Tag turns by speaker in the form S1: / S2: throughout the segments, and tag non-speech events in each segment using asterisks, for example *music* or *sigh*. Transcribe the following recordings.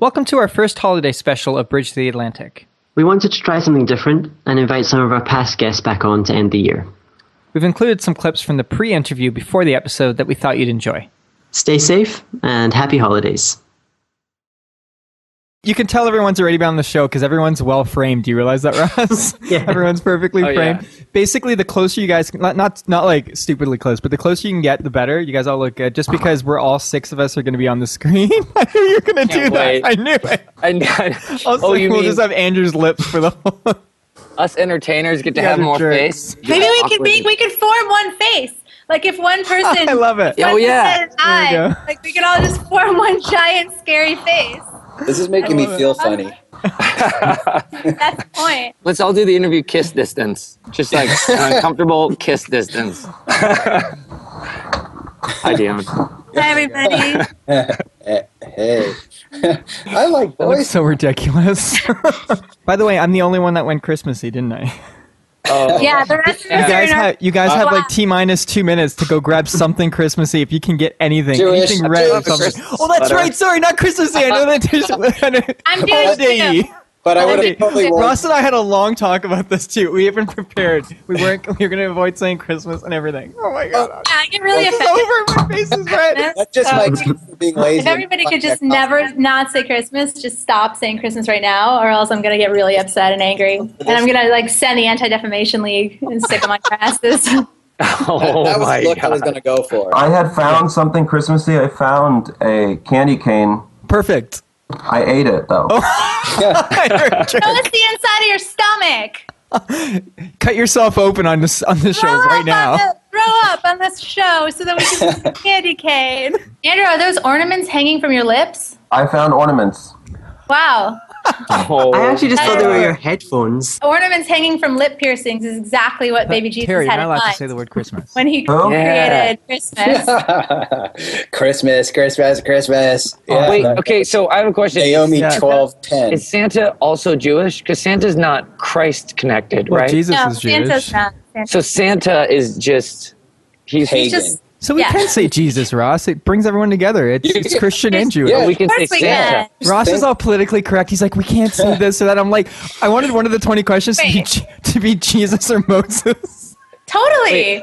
S1: Welcome to our first holiday special of Bridge to the Atlantic.
S2: We wanted to try something different and invite some of our past guests back on to end the year.
S1: We've included some clips from the pre interview before the episode that we thought you'd enjoy.
S2: Stay safe and happy holidays.
S1: You can tell everyone's already been on the show because everyone's well framed. Do you realize that, *laughs* Ross? yeah. Everyone's perfectly
S3: Oh, yeah.
S1: framed. Basically, the closer you guys, can, not, not not like stupidly close, but the closer you can get, the better. You guys all look good. Just because we're all six of us are going to be on the screen, *laughs* I knew you're going to do
S3: Can't wait.
S1: that. I knew it.
S3: And
S1: Also,
S3: oh, you
S1: we'll
S3: mean
S1: just have Andrew's lips for the whole. *laughs*
S3: us entertainers get to
S1: Yeah,
S3: have
S1: they're
S3: more
S1: jerks.
S3: face?
S4: Maybe we could
S3: Awkwardly.
S4: make we could form one face. Like if one
S1: *laughs*
S4: person
S1: I love it.
S3: Oh,
S4: one
S3: yeah.
S4: person said
S1: There we
S4: I,
S1: go.
S4: like we could all just form one giant scary face.
S5: This is making me feel funny.
S4: That's the
S1: *laughs*
S4: point.
S3: Let's all do the interview kiss distance. Just
S4: *laughs*
S3: like an uncomfortable kiss distance. Hi, Dion.
S4: Hi everybody. *laughs*
S5: Hey, *laughs* I like
S1: That looks
S5: boys.
S1: so ridiculous. *laughs* By the way, I'm the only one that went Christmassy, didn't I? *laughs*
S3: Oh,
S4: yeah, the rest of
S1: You
S4: us are
S1: guys
S4: in our
S1: have you
S5: Uh,
S1: guys have
S4: Wow.
S1: like t minus two minutes to go grab something Christmassy if you can get anything,
S5: Jewish-
S1: anything red or
S5: Jewish
S1: something.
S5: Christmas
S1: Oh, that's
S3: sweater.
S1: right. Sorry, not Christmassy. I know that.
S4: *laughs*
S1: There's, *laughs*
S4: I'm Jewish,
S1: holiday.
S4: too.
S5: But I would
S1: Holiday.
S5: have probably worn.
S1: Ross and I had a long talk about this too. We haven't prepared. We weren't. We were going to avoid saying Christmas and everything. Oh my
S4: *laughs*
S1: god,
S4: I get really
S1: it's
S4: offended.
S1: over. My face is red.
S5: That's just
S4: So,
S5: like for being lazy.
S4: if Oh. everybody could just
S5: Fuck that
S4: never not say Christmas, just stop saying Christmas right now, or else I'm gonna get really upset and angry, and I'm gonna like send the Anti Defamation League and stick them on your asses. *laughs*
S3: Oh,
S5: that was
S3: my
S5: the look I
S3: God.
S5: was gonna go for.
S6: I had found something Christmassy. I found a candy cane.
S1: Perfect. *laughs*
S6: I ate it though.
S1: Oh.
S4: Show us the inside of your stomach.
S1: Cut yourself open on this on this show
S4: Throw
S1: right
S4: up On
S1: now.
S4: the, throw up on this show so that we can eat the candy cane. Andrew, are those ornaments hanging from your lips?
S6: I found ornaments.
S4: Wow.
S3: Oh,
S2: I actually just thought they were your headphones.
S4: Ornaments hanging from lip piercings is exactly what baby Jesus
S1: Terry, you're
S4: had
S1: not
S4: in
S1: allowed
S4: mind
S1: to say the word Christmas.
S4: when he
S6: Oh.
S3: Yeah.
S4: created Christmas.
S1: Uh,
S5: *laughs* Christmas, Christmas, Christmas. Yeah,
S3: Wait,
S5: the
S3: okay, so I have a question.
S5: Naomi
S1: Oh, Yeah.
S5: twelve ten.
S3: Is Santa also Jewish? Because Santa's not Christ connected,
S1: Well,
S3: right?
S1: Jesus
S4: no,
S1: is Jewish.
S4: Santa's not. Santa's
S3: So Santa is just he's
S5: Pagan.
S4: just
S1: So we
S4: Yeah.
S1: can say Jesus, Ross. It brings everyone together. It's,
S5: *laughs*
S1: it's Christian and Jewish.
S5: Yeah.
S3: we can
S4: of
S3: say
S4: course we
S3: Santa.
S4: can.
S1: Ross is all politically correct. He's like, we can't say this or that. I'm like, I wanted one of the 20 questions to be,
S4: Wait.
S1: Je- to be Jesus or Moses.
S4: Totally.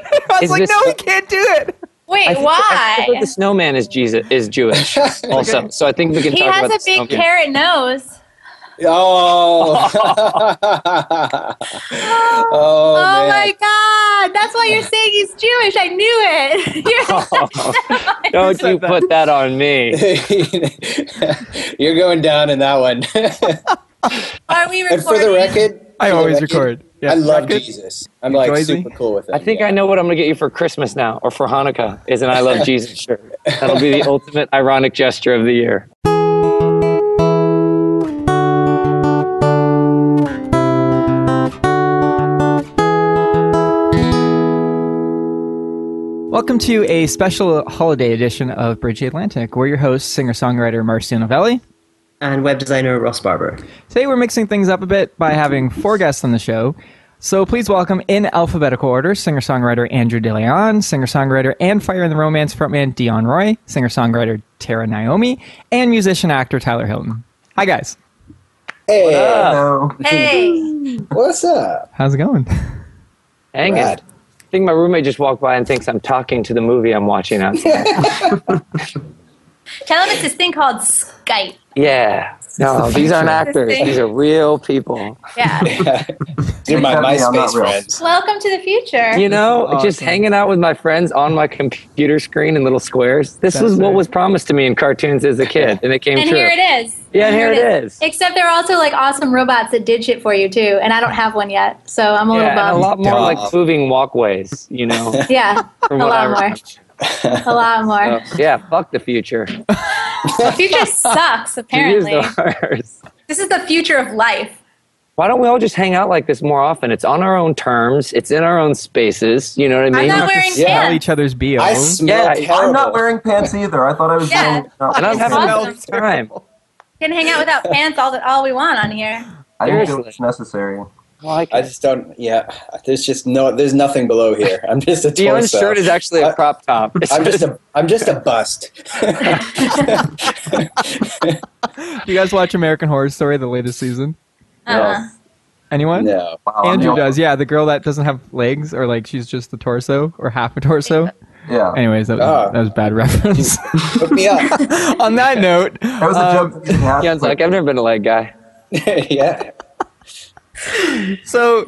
S1: I was
S3: Is
S1: like,
S3: this-
S1: no, we can't do it.
S4: Wait,
S3: I think- I
S4: why?
S3: think the snowman is Jesus is
S4: *laughs*
S3: Jewish also. So I think we can
S4: He
S3: talk
S4: has
S3: about
S4: a
S3: the snowman.
S4: big carrot nose.
S5: Oh.
S1: *laughs*
S5: *laughs*
S4: Oh,
S5: oh, man.
S4: my God. That's why you're saying he's Jewish. I knew it. *laughs* You're
S3: *laughs* Don't you put that on me.
S5: You're going down in that one.
S4: *laughs*
S5: *laughs*
S4: Are we
S5: and
S4: recording?
S5: for the record,
S1: I
S5: for the
S1: always record. Yeah,
S5: I love
S1: record.
S5: Jesus. I'm like
S1: Joyzy?
S5: super cool with it.
S3: I think I know what I'm gonna get you for Christmas now, or for Hanukkah, is an "I love
S1: *laughs*
S3: Jesus" shirt. That'll be the ultimate ironic gesture of the year.
S1: Welcome to a special holiday edition of Bridge the Atlantic. We're your hosts, singer songwriter Marcio Novelli.
S2: And web designer Ross Barber.
S1: Today we're mixing things up a bit by having four guests on the show. So please welcome, in alphabetical order, singer songwriter Andrew DeLeon, singer songwriter and Fire in the Romance frontman Dion Roy, singer songwriter Tara Naomi, and musician actor Tyler Hilton. Hi, guys.
S5: Hey,
S6: Hello.
S4: Hey,
S5: what's
S1: *laughs*
S5: up? *laughs*
S1: How's it going?
S3: Hang
S5: Rad.
S3: it. I think my roommate just walked by and thinks I'm talking to the movie
S1: *laughs*
S3: I'm watching outside.
S4: tell him it's this thing called Skype.
S3: yeah. No, these aren't actors.
S4: Interesting.
S3: These are real people. *laughs*
S4: Yeah.
S5: You're my MySpace
S6: Except me, I'm not real.
S5: friends.
S4: Welcome to the future.
S3: You know,
S1: This is
S3: just
S1: awesome.
S3: hanging out with my friends on my computer screen in little squares. This
S1: That's
S3: was what
S1: right.
S3: was promised to me in cartoons as a kid, and it came
S4: and
S3: true.
S4: here it is.
S3: Yeah, here it is.
S4: Except there are also like awesome robots that did shit for you too, and I don't have one yet, so I'm a
S3: Yeah,
S4: little
S3: and a
S4: bummed.
S3: lot more
S4: *laughs*
S5: Wow.
S3: like moving walkways, you know.
S4: yeah,
S3: from
S4: a
S3: what I
S4: lot more.
S3: remember.
S4: A lot more.
S3: *laughs* So, yeah, fuck the future.
S4: *laughs*
S5: *laughs*
S4: The future sucks,
S3: *laughs*
S4: apparently.
S3: It is the *laughs* worst.
S4: This is the future of life.
S3: Why don't we all just hang out like this more often? It's on our own terms. It's in our own spaces. You know what I mean?
S4: I'm not wearing
S5: Yeah.
S1: Tell
S4: pants.
S1: each other's BO.
S5: I smell
S3: Yeah, I'm
S5: terrible.
S6: I'm not wearing pants either. I thought I was
S4: Yeah.
S6: doing. No,
S3: and I'm
S4: It's
S3: having a
S4: awesome.
S3: good time.
S4: We can hang out without pants all, all we want on here.
S6: I didn't feel
S3: Seriously.
S6: it's necessary.
S3: I like
S5: I
S3: it.
S5: just don't. Yeah, there's just no. There's nothing below here. I'm just a
S3: Dion's
S5: torso.
S3: shirt is actually a
S5: I-
S3: crop top. It's
S5: I'm *laughs* just a. I'm just
S3: *laughs*
S5: a bust.
S1: you guys watch American Horror Story, the latest season?
S4: Uh-huh.
S1: Anyone?
S5: no.
S6: Wow, I'm
S1: Andrew
S6: the-
S1: does, yeah. The girl that doesn't have legs, or like she's just the torso or half a torso.
S6: Yeah.
S1: Anyways, that was,
S5: Ah.
S1: that was a bad reference.
S5: Hook me up. *laughs*
S1: On *laughs* that note,
S6: That uh, was a
S1: um,
S6: joke. that didn't happen.
S3: Dion's like, I've never been a leg guy.
S5: yeah.
S1: so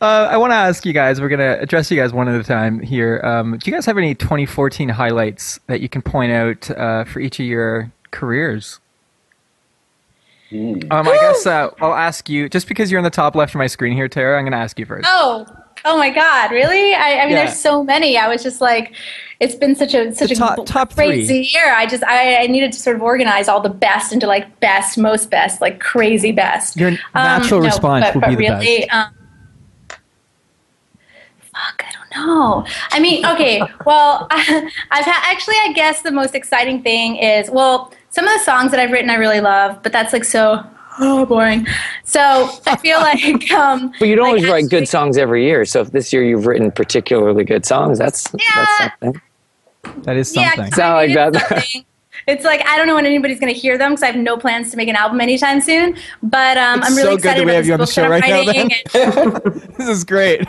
S1: uh, I want to ask you guys. We're gonna address you guys one at a time here. Um, do you guys have any 2014 highlights that you can point out uh, for each of your careers? Um, I guess uh, I'll ask you just because you're in the top left of my screen here, Tara. I'm gonna ask you first.
S4: *laughs* Oh, oh my God, really? I, I mean,
S1: Yeah.
S4: there's so many. I was just like, it's been such a such
S1: The top-
S4: a
S1: top three.
S4: crazy year. I just I, I needed to sort of organize all the best into like best, most best, like crazy best. Um,
S1: Your natural
S4: no,
S1: response
S4: but,
S1: would
S4: but
S1: be the
S4: really,
S1: best.
S4: Um, fuck, I don't know. I mean, okay. well, *laughs* I, I've ha- actually, I guess the most exciting thing is well, some of the songs that I've written I really love, but that's like so. *gasps* Oh, boring. So
S1: *laughs*
S4: I feel like um,
S3: But you don't
S4: like,
S3: always write
S4: actually-
S3: good songs every year. So if this year you've written particularly good songs, that's that's
S4: Yeah.
S3: something.
S1: That is something. *laughs*
S4: Yeah, I mean,
S3: Sound like
S4: it's
S3: that.
S4: something. It's like I don't know when anybody's going to hear them because I have no plans to make an album anytime soon. But um,
S1: It's
S4: I'm
S1: so
S4: really
S1: good
S4: excited
S1: that we have
S4: about this
S1: you on the
S4: book
S1: show right
S4: that I'm
S1: now,
S4: writing. And-
S1: this is
S4: *laughs*
S1: great.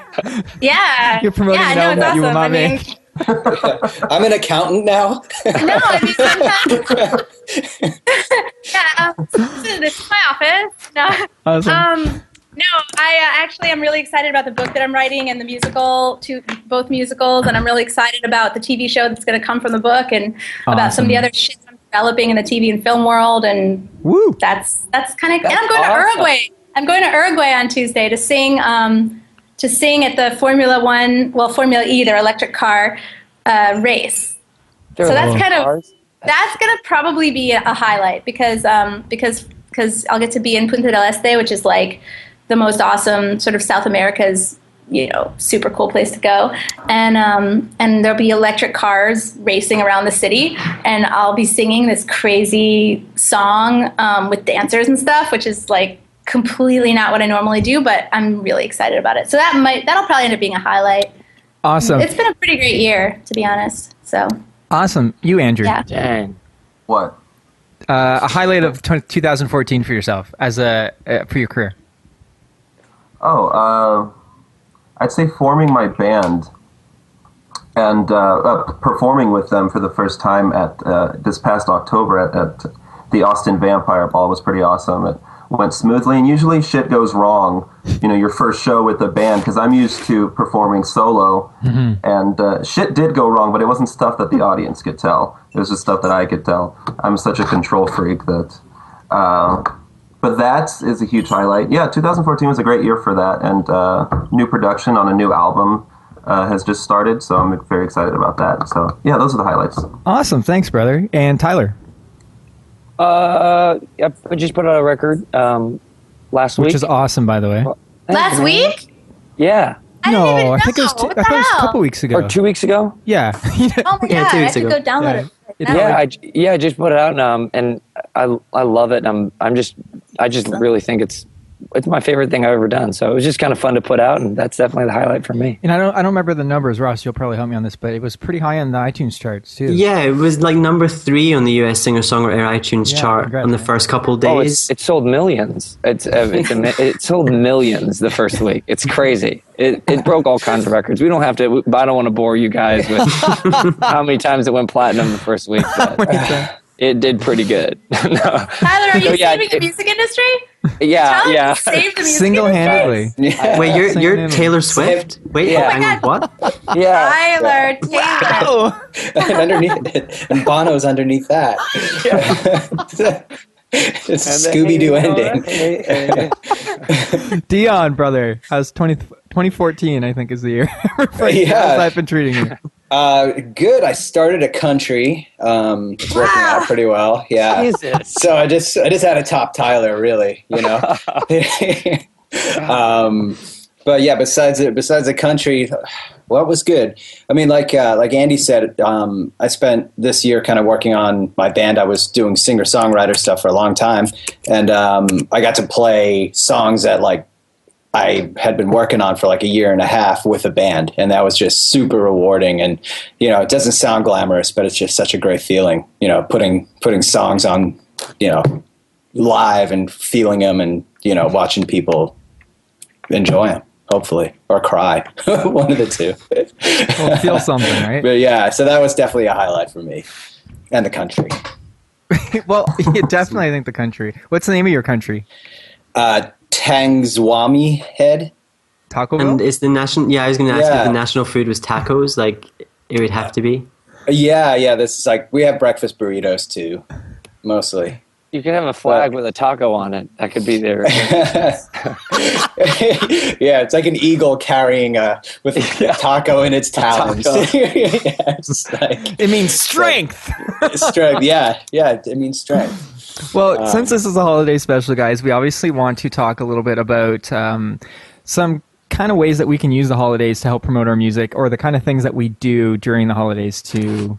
S4: yeah,
S1: You're promoting
S4: yeah,
S1: an album
S4: no, it's
S1: that you will not
S4: awesome. I mean,
S1: make.
S5: I'm an accountant now.
S4: *laughs*
S5: *laughs*
S4: no, I mean sometimes. *laughs* yeah, um, this is- this is my office. No.
S1: Awesome.
S4: Um, no, I uh, actually am really excited about the book that I'm writing and the musical, to both musicals, and I'm really excited about the TV show that's going to come from the book and about some of the
S1: Awesome.
S4: other shit I'm developing in the TV and film world, and
S1: Woo.
S4: that's that's kind of. And I'm
S3: That's
S4: going to
S3: awesome.
S4: Uruguay. I'm going to Uruguay on Tuesday to sing um, to sing at the Formula One, well, Formula E, their electric car uh, race.
S3: There
S4: So
S3: are
S4: that's kind of-
S3: cars.
S4: That's gonna probably be a highlight because um, because because I'll get to be in Punta del Este, which is like the most awesome sort of South America's you know super cool place to go, and um, and there'll be electric cars racing around the city, and I'll be singing this crazy song um, with dancers and stuff, which is like completely not what I normally do, but I'm really excited about it. So that might that'll probably end up being a highlight.
S1: Awesome.
S4: It's been a pretty great year to be honest. So
S1: Awesome. You, Andrew.
S4: yeah.
S3: Dang.
S6: what?
S1: Uh, a highlight of 20- 2014 for yourself as a uh, for your career.
S6: Oh, uh, I'd say forming my band and uh, uh, performing with them for the first time at uh, this past October at, at the Austin Vampire Ball was pretty awesome. It went smoothly, and usually shit goes wrong. You know, your first show with a band because I'm used to performing solo, and uh, shit did go wrong, but it wasn't stuff that the audience could tell. It was just stuff that I could tell. I'm such a control freak that. Uh, but that is a huge highlight. Yeah, 2014 was a great year for that, and uh, new production on a new album uh, has just started, so I'm very excited about that. So yeah, those are the highlights.
S1: Awesome. Thanks, brother. And Tyler,
S3: Uh, I p- just put out a record um, last
S1: which
S3: week.
S1: is awesome, by the way.
S4: Last week.
S3: yeah,
S4: I
S1: no,
S4: didn't even
S1: I think it was
S4: know.
S1: two,
S4: What
S1: I
S4: the
S1: thought it was a
S4: hell?
S1: couple weeks ago.
S3: or two weeks ago.
S1: Yeah.
S4: Oh my
S2: Yeah,
S4: god,
S2: two
S4: I
S2: weeks
S4: have to
S2: ago.
S4: go download it. right
S1: It-
S4: now.
S3: Yeah, I, j- yeah, I just put it out, and um, and I I love it. And I'm I'm just I just really think it's it's my favorite thing I've ever done. So it was just kind of fun to put out, and that's definitely the highlight for me.
S1: and I don't I don't remember the numbers, Ross. You'll probably help me on this, but it was pretty high on the iTunes charts too.
S2: Yeah, it was like number three on the US singer songwriter iTunes
S1: Yeah,
S2: chart
S1: congrats,
S2: on the
S1: man.
S2: first couple
S3: Oh,
S2: days.
S3: it's, it sold millions. It's, uh, it's ama- it sold millions the first week. It's crazy. It, it broke all kinds of records. We don't have to. we- I don't want to bore you guys with how many times it went platinum the first week. But it did pretty good. *laughs* no.
S4: Tyler, are you
S3: No, *laughs* yeah,
S4: saving the
S3: it-
S4: music industry?
S3: Yeah,
S4: Tyler,
S3: yeah.
S4: you saved the music
S1: Single
S4: industry?
S1: handedly.
S2: Wait, you're,
S1: Same
S2: you're
S1: name.
S2: Taylor Swift? Wait,
S3: Yeah. Oh
S2: hang on, what?
S3: *laughs* Yeah.
S4: Tyler, Taylor.
S1: *laughs*
S5: and underneath it, and Bono's underneath that. *laughs* it's a Scooby Doo ending.
S1: Dion, brother, how's 20, 2014, I think is the year. *laughs* How's *laughs*
S5: Yeah.
S1: that been treating you?
S5: *laughs* Uh, good. I started a country. Um, it's working
S3: Ah!
S5: out pretty well. *laughs* Yeah.
S1: Jesus.
S5: So I just I just had a top Tyler, really. *laughs* You know.
S3: *laughs*
S5: um, but yeah, besides it, besides the country, what was good? I mean, like uh, like Andy said, um, I spent this year kind of working on my band. I was doing singer songwriter stuff for a long time, and um, I got to play songs that like I had been working on for like a year and a half with a band, and that was just super rewarding. And you know, it doesn't sound glamorous, but it's just such a great feeling. You know, putting putting songs on, you know, live and feeling them, and you know, watching people enjoy them, hopefully, or cry, *laughs* one of the two.
S1: Well, feel
S5: *laughs*
S1: something, right?
S5: but yeah, so that was definitely a highlight for me, and the country.
S1: well, *laughs* yeah, definitely, I think the country. What's the name of your country?
S5: Uh, Tangzwami head.
S1: Taco Bell?
S2: And is the national? Yeah, I was going to ask
S5: Yeah.
S2: if the national food was tacos. Like it would have to
S3: *laughs*
S2: be.
S5: Yeah, yeah. This is like we have breakfast burritos too, mostly. *laughs*
S3: You could have a flag with a taco on it. That could be there.
S5: yeah, it's like an eagle carrying a with a taco in its talons. *laughs*
S3: taco.
S5: yeah, it's like
S1: it means strength.
S5: strength. Yeah, yeah, it means strength.
S1: Well,
S6: Um,
S1: since this is a holiday special, guys, we obviously want to talk a little bit about um, some kind of ways that we can use the holidays to help promote our music, or the kind of things that we do during the holidays to,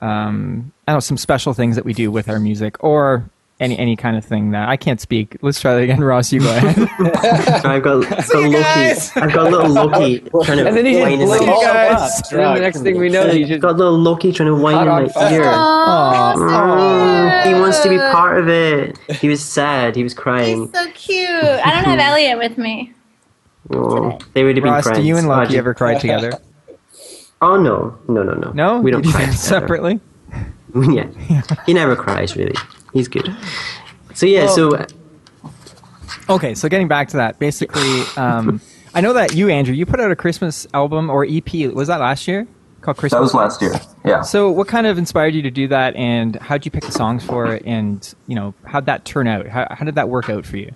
S1: um, I don't know, some special things that we do with our music, or any any kind of thing that I can't speak. Let's try that again, *laughs* Ross. You go ahead.
S2: *laughs* So I've got, I've got Loki.
S1: guys.
S2: I've got little Loki
S3: *laughs*
S2: trying to
S3: *laughs* and then he just
S2: whine in my
S3: blows
S1: you
S3: it all
S1: guys.
S3: up. And then the next thing we know, he
S2: I've
S3: just
S2: got little Loki trying to whine
S3: Hot on
S2: in my
S3: fire.
S2: ear.
S4: Aw, so
S2: Aw, he
S4: cute.
S2: wants to be part of it. He was sad. He was crying.
S4: He's so cute. I don't have
S1: Hmm.
S4: Elliot with me.
S2: Oh, they would have been
S1: Ross,
S2: friends.
S1: do you and
S2: Oh,
S1: Lucky
S2: gee-
S1: ever cry
S2: *laughs*
S1: together?
S2: Oh no, no, no, no.
S1: No,
S2: we don't
S1: You *laughs*
S2: cry
S1: did
S2: together.
S1: separately.
S2: yeah. he never cries really. He's good. So yeah,
S1: Well-
S2: so uh,
S1: Okay, so getting back to that, basically, um, I know that you, Andrew, you put out a Christmas album or EP. Was that last year? Called Christmas.
S6: That was last year. Yeah.
S1: So, what kind of inspired you to do that, and how'd you pick the songs for it, and you know, how'd that turn out? How, how did that work out for you?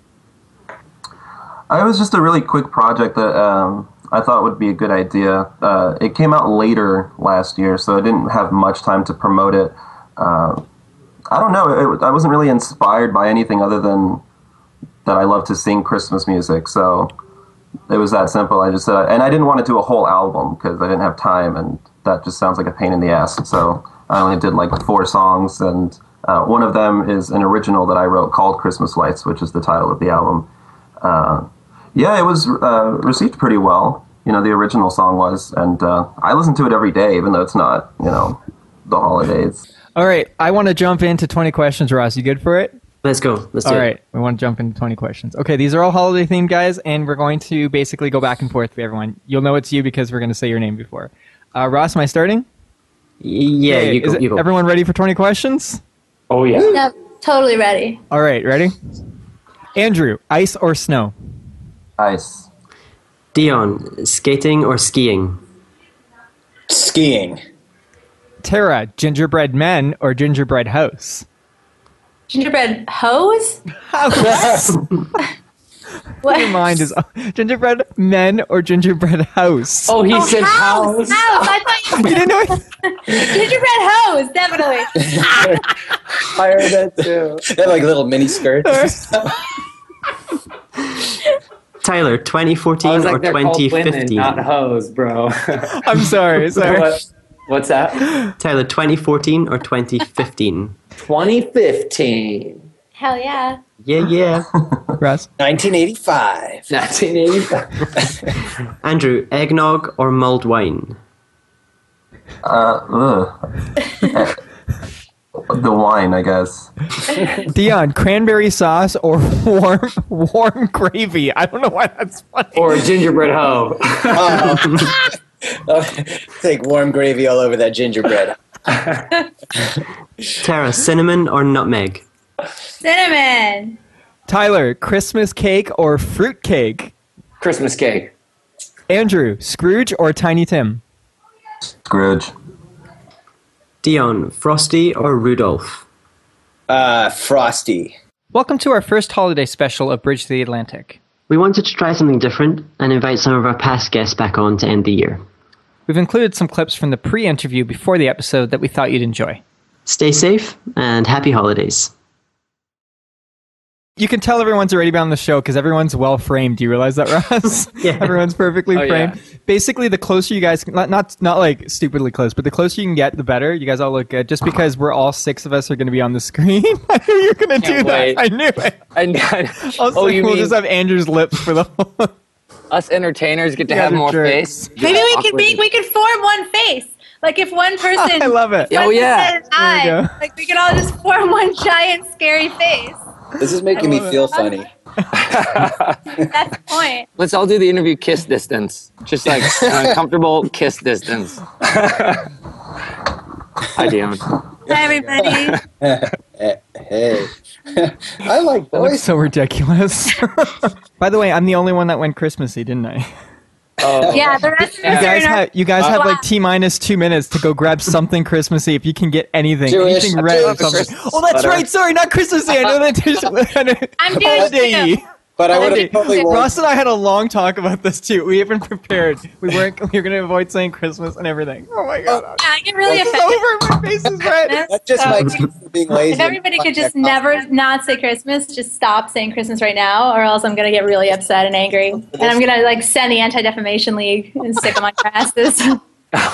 S6: I was just a really quick project that um, I thought would be a good idea. Uh, it came out later last year, so I didn't have much time to promote it. Uh, I don't know. It, I wasn't really inspired by anything other than that I love to sing Christmas music. So it was that simple. I just uh, and I didn't want to do a whole album because I didn't have time, and that just sounds like a pain in the ass. So I only did like four songs, and uh, one of them is an original that I wrote called "Christmas Lights," which is the title of the album. Uh, yeah, it was uh, received pretty well. You know, the original song was, and uh, I listen to it every day, even though it's not, you know, the holidays.
S1: All right, I want to jump into 20 questions, Ross. You good for it?
S2: let's go. Let's do
S1: All
S2: it.
S1: right, we want to jump into 20 questions. Okay, these are all holiday themed, guys, and we're going to basically go back and forth with everyone. You'll know it's you because we're going to say your name before. Uh, Ross, am I starting?
S2: Yeah, you
S1: Is
S2: go.
S1: it-
S2: You go.
S1: Everyone ready for 20 questions?
S3: oh yeah.
S4: No, totally ready.
S1: All right, ready? Andrew, ice or snow?
S6: Ice,
S2: Dion, skating or skiing?
S5: Skiing,
S1: Tara, gingerbread men or gingerbread house?
S4: Gingerbread hose?
S1: *laughs*
S4: What?
S1: Your mind is gingerbread men or gingerbread house.
S3: Oh, he
S4: Oh,
S3: said
S4: house.
S3: house.
S4: House. I thought you
S1: You didn't know it?
S4: gingerbread hose, definitely.
S3: I heard that too.
S5: they have like little mini skirts.
S2: Tyler, 2014
S3: *laughs* I was
S2: or
S3: like, they're called women,
S2: 2015?
S3: not hoes, bro. *laughs*
S1: I'm sorry. Sorry.
S3: What- What's that?
S2: Tyler, 2014 or 2015?
S3: 2015.
S4: Hell yeah.
S2: yeah,
S1: *laughs*
S2: yeah.
S1: Russ.
S5: 1985.
S3: 1985.
S2: Andrew, eggnog or mulled wine?
S6: ugh. *laughs* the wine, I guess.
S1: Dion, cranberry sauce or warm warm gravy. I don't know why that's funny.
S3: Or gingerbread hoe.
S5: Oh, Take warm gravy all over that gingerbread.
S2: Tara, cinnamon or nutmeg?
S4: Cinnamon.
S1: Tyler, Christmas cake or fruit cake.
S3: *laughs* Christmas cake.
S1: Andrew, Scrooge or Tiny Tim.
S6: Scrooge,
S2: Dion, frosty or Rudolph?
S5: Uh, frosty.
S1: Welcome to our first holiday special of Bridge to the Atlantic.
S2: We wanted
S7: to try something different and invite some of our past guests back on to end the year.
S1: We've included some clips from the pre interview before the episode that we thought you'd enjoy.
S2: Stay safe and happy holidays.
S1: You can tell everyone's already been on the show because everyone's well framed. Do you realize that, *laughs* Ross? yeah. Everyone's perfectly
S3: Oh,
S1: framed. Basically, the closer you guys, not, not not like stupidly close, but the closer you can get, the better. You guys all look good. Just because we're all six of us are going to be on the screen, *laughs* I knew you were going to do
S3: Can't wait.
S1: that. I knew it.
S3: *laughs* And,
S1: I was
S3: oh,
S1: like,
S3: you
S1: we'll
S3: mean
S1: just have Andrew's lips for the whole. *laughs*
S3: us entertainers get to
S1: You guys
S3: have
S1: are
S3: more
S1: jerks.
S3: face?
S4: Maybe we could
S3: Awkward.
S4: be, we could form one face. Like if one person,
S1: *laughs* I love it.
S3: Yeah. Oh,
S4: one person
S1: There you
S4: died,
S1: go.
S4: like we could all just form one giant scary face.
S5: This is making me feel funny.
S4: That's the
S1: *laughs*
S4: point.
S3: Let's all do the interview kiss distance. Just like an uncomfortable kiss *laughs* distance. Hi, Dion.
S4: Hi everybody.
S1: *laughs*
S5: Hey, *laughs* I like
S1: That looks
S5: boys.
S1: so
S3: *laughs*
S1: ridiculous. By the way, I'm the only one that went Christmassy, didn't I? *laughs*
S4: yeah, the rest of
S1: You
S4: us are
S1: guys,
S4: in our
S1: have, you guys
S5: Uh,
S1: have like
S4: Wow.
S1: T minus two minutes to go grab something Christmassy if you can get anything.
S5: Jewish-
S1: anything red or
S5: Jewish
S1: something.
S5: Christmas
S1: Oh, that's
S3: sweater.
S1: right. Sorry, not Christmassy. I know *laughs* that.
S4: *laughs* I'm Jewish,
S1: Holiday.
S4: too.
S5: But I would
S1: Holiday.
S5: have probably worn-
S1: Ross and I had a long talk about this too. We even prepared. We weren't. We were going to avoid saying Christmas and everything. Oh my god.
S4: I get really
S1: It's
S4: offended.
S1: over. My face is
S4: *laughs*
S1: red.
S5: That's just my excuse for being lazy.
S4: If everybody could just
S5: Yeah.
S4: never not say Christmas, just stop saying Christmas right now, or else I'm gonna get really upset and angry, and I'm gonna like send the Anti Defamation League and stick
S1: *laughs*
S4: them on their asses. *laughs*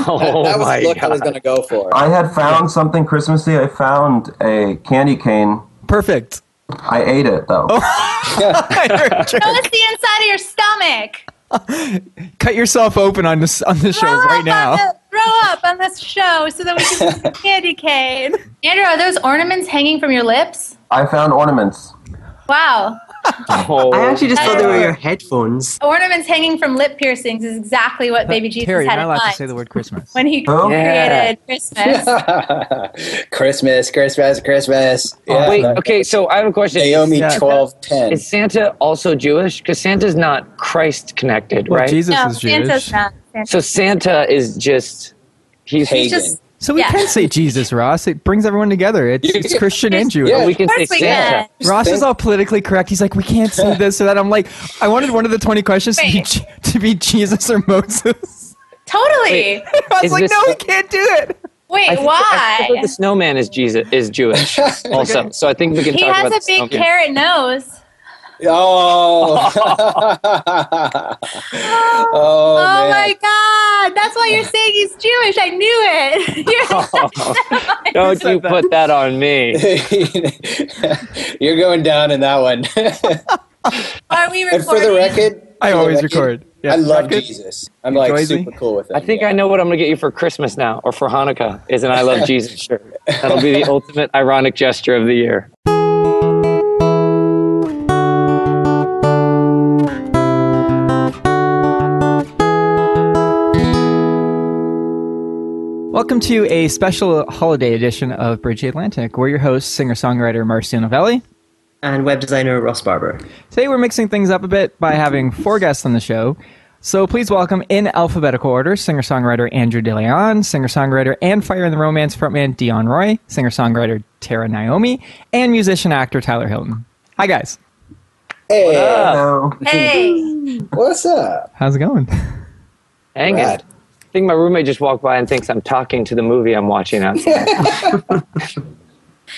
S3: Oh,
S5: that was
S3: my
S5: the look I
S3: God.
S5: was going to go for.
S6: I had found something Christmassy. I found a candy cane.
S1: Perfect. *laughs*
S6: I ate it though.
S4: Show us the inside of your stomach.
S1: Cut yourself open on this on this show
S4: Throw *laughs*
S1: right
S4: up
S1: now.
S4: On the, throw up on this show so that
S1: *laughs*
S4: we can see the candy cane. Andrew, are those ornaments hanging from your lips?
S6: I found ornaments.
S4: Wow.
S3: Oh,
S2: I actually just thought they were your headphones.
S4: Ornaments hanging from lip piercings is exactly what Baby Jesus
S1: Uh, Terry, you're
S4: had
S1: not
S4: in
S1: allowed to
S4: mind
S1: say the word Christmas.
S4: when he
S6: Oh.
S3: Yeah.
S4: created Christmas.
S5: *laughs* Christmas, Christmas, Christmas. Yeah.
S3: Oh, Wait, okay, so I have a question.
S5: Naomi
S1: Yeah.
S5: twelve ten.
S3: Is Santa also Jewish? Because Santa's not Christ connected,
S1: Well,
S3: right?
S1: Jesus
S4: no,
S1: is Jewish.
S4: Santa's not.
S3: So Santa is just he's
S5: Pagan.
S4: just-
S1: So we
S4: Yeah.
S1: can say Jesus, Ross. It brings everyone together.
S4: *laughs*
S1: It's,
S5: You-
S1: it's Christian and Jewish.
S3: But we can
S4: Of
S3: say
S4: course we
S3: Santa.
S4: can.
S1: Ross is
S5: Thank-
S1: all politically correct. He's like, we can't say this or that. I'm like, I wanted one of the 20 questions to be,
S4: Wait.
S1: Je- to be Jesus or Moses. *laughs*
S4: Totally.
S1: I was
S3: Is
S1: like,
S3: this-
S1: no, we can't do it.
S4: Wait,
S3: I think- I
S4: why?
S3: think the snowman is Jesus is *laughs* Jewish also. So I think we can
S4: he
S3: talk
S4: has
S3: about
S4: a
S3: the
S4: big
S3: snowman.
S4: carrot nose.
S5: Oh. *laughs*
S4: Oh,
S5: oh, man.
S4: my God. That's why you're saying he's Jewish. I knew it. *laughs*
S3: *laughs*
S4: You're *laughs*
S3: Don't you put that on me. *laughs*
S5: *laughs* You're going down in that one. *laughs*
S4: Are we recording?
S5: and for the record,
S1: I
S5: for the
S1: always record. Yeah.
S5: I love
S1: Record.
S5: Jesus. I'm
S1: You
S5: like
S1: join me?
S5: super cool with it.
S3: I think I know what I'm gonna get you for Christmas now, or for Hanukkah, is an "I *laughs* love Jesus" shirt. That'll be the ultimate ironic gesture of the year.
S1: Welcome to a special holiday edition of Bridge the Atlantic. We're your hosts, singer songwriter Marcia Novelli.
S2: And web designer Ross Barber.
S1: Today we're mixing things up a bit by having four guests on the show. So please welcome in alphabetical order singer-songwriter Andrew DeLeon, singer-songwriter and Fire in the Romance frontman Dion Roy, singer-songwriter Tara Naomi, and musician-actor Tyler Hilton. Hi guys.
S5: Hey,
S6: So
S4: Hey.
S5: what's up?
S1: How's it going?
S3: Hang
S5: Rad. *laughs*
S3: it. I think my roommate just walked by and thinks I'm talking to the movie I'm watching outside.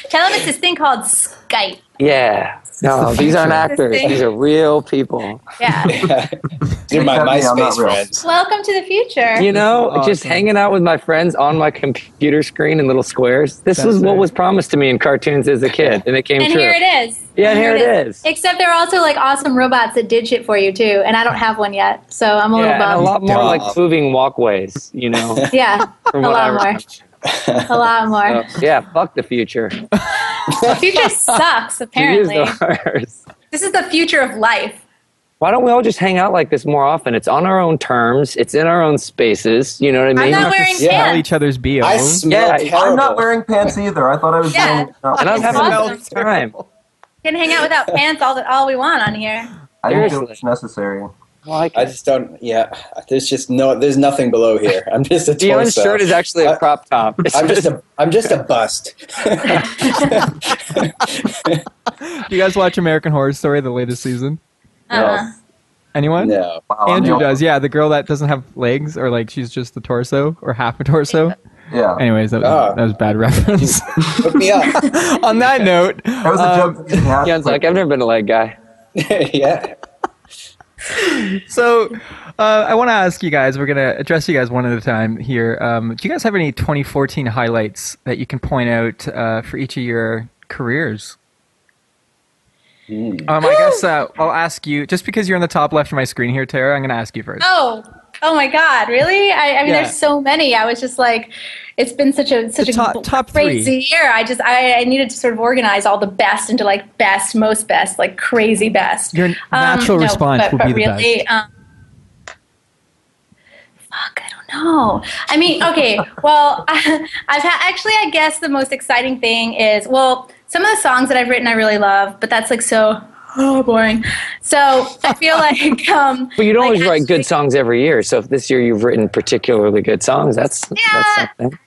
S4: Tell him it's this thing called Skype.
S3: yeah. No, these aren't
S4: future.
S3: actors. These are real people.
S4: Yeah.
S3: *laughs*
S4: *laughs*
S5: You're my
S6: Except me, I'm
S5: MySpace
S6: not real.
S5: friends.
S4: Welcome to the future.
S3: You know,
S1: This is
S3: just
S1: awesome.
S3: hanging out with my friends on my computer screen in little squares. This
S1: That's
S3: was what
S1: right.
S3: was promised to me in cartoons as a kid, and it came
S4: and
S3: true.
S4: here it is.
S3: Yeah, here it is.
S4: Except there are also like awesome robots that did shit for you too, and I don't have one yet, so I'm a little
S3: Yeah, and a
S4: bummed.
S3: lot more
S5: Duh.
S3: like moving walkways, you know.
S4: *laughs*
S1: *laughs*
S4: yeah,
S3: From
S4: a
S3: what I
S4: lot more,
S3: remember.
S4: a lot more.
S3: So, yeah, fuck the future.
S4: The future sucks.
S3: It is
S4: Apparently,
S3: the worst.
S4: this is the future of life.
S3: *laughs* Why don't we all just hang out like this more often? It's on our own terms. It's in our own spaces. You know what I mean?
S4: I'm not wearing
S1: Smell *laughs*
S5: Yeah.
S4: pants.
S1: each other's BO.
S5: I smell
S3: Yeah, I'm
S5: terrible.
S6: I'm not wearing pants either. I thought I was
S4: Yeah.
S6: wearing. not
S3: and I'm
S6: wearing
S3: having
S6: pants.
S4: awesome.
S3: a good time.
S4: Can hang out without pants all that all we want on here.
S6: I didn't feel
S3: Seriously.
S6: it's necessary.
S3: I like
S5: I
S3: it.
S5: just don't. Yeah, there's just no. There's nothing below here. *laughs* I'm just a torso.
S3: Dion's shirt is actually a
S5: I-
S3: crop top. It's
S5: I'm just a. I'm just a bust.
S1: *laughs* Do you guys watch American Horror Story, the latest season?
S4: Uh-huh.
S1: Anyone?
S5: No.
S6: Wow, I'm
S1: Andrew
S6: the-
S1: does. Yeah, the girl that doesn't have legs or like she's just the torso or half a torso.
S6: Yeah,
S1: Anyways, that was
S5: Ah.
S1: that was a bad
S6: *laughs*
S1: reference. *laughs*
S5: Hook me up.
S3: *laughs*
S5: *laughs*
S1: On that note,
S6: that was a
S1: um,
S6: joke. that didn't happen.
S3: Keon's like, I've never been a leg guy.
S5: yeah.
S1: so uh, I want to ask you guys. We're gonna address you guys one at a time here. Um, do you guys have any 2014 highlights that you can point out uh, for each of your careers? Um, I guess uh, I'll ask you just because you're in the top left of my screen here, Tara. I'm gonna ask you first.
S4: Oh, oh my God, really? I, I mean,
S1: Yeah.
S4: there's so many. I was just like, it's been such a such
S1: The top-
S4: a
S1: top three.
S4: crazy year. I just I, I needed to sort of organize all the best into like best, most best, like crazy best.
S1: Your natural
S4: um, no,
S1: response
S4: but,
S1: will
S4: but
S1: be the
S4: really, Um, fuck, I don't know. I
S1: *laughs*
S4: mean, okay. well, *laughs* I, I've ha- actually, I guess the most exciting thing is well, some of the songs that I've written I really love, but that's like so. *sighs* Oh, boring. So
S1: *laughs*
S4: I feel like um,
S3: But you don't
S4: like,
S3: always write
S4: actually-
S3: good songs every year. So if this year you've written particularly good songs, that's,
S4: Yeah.
S3: that's something.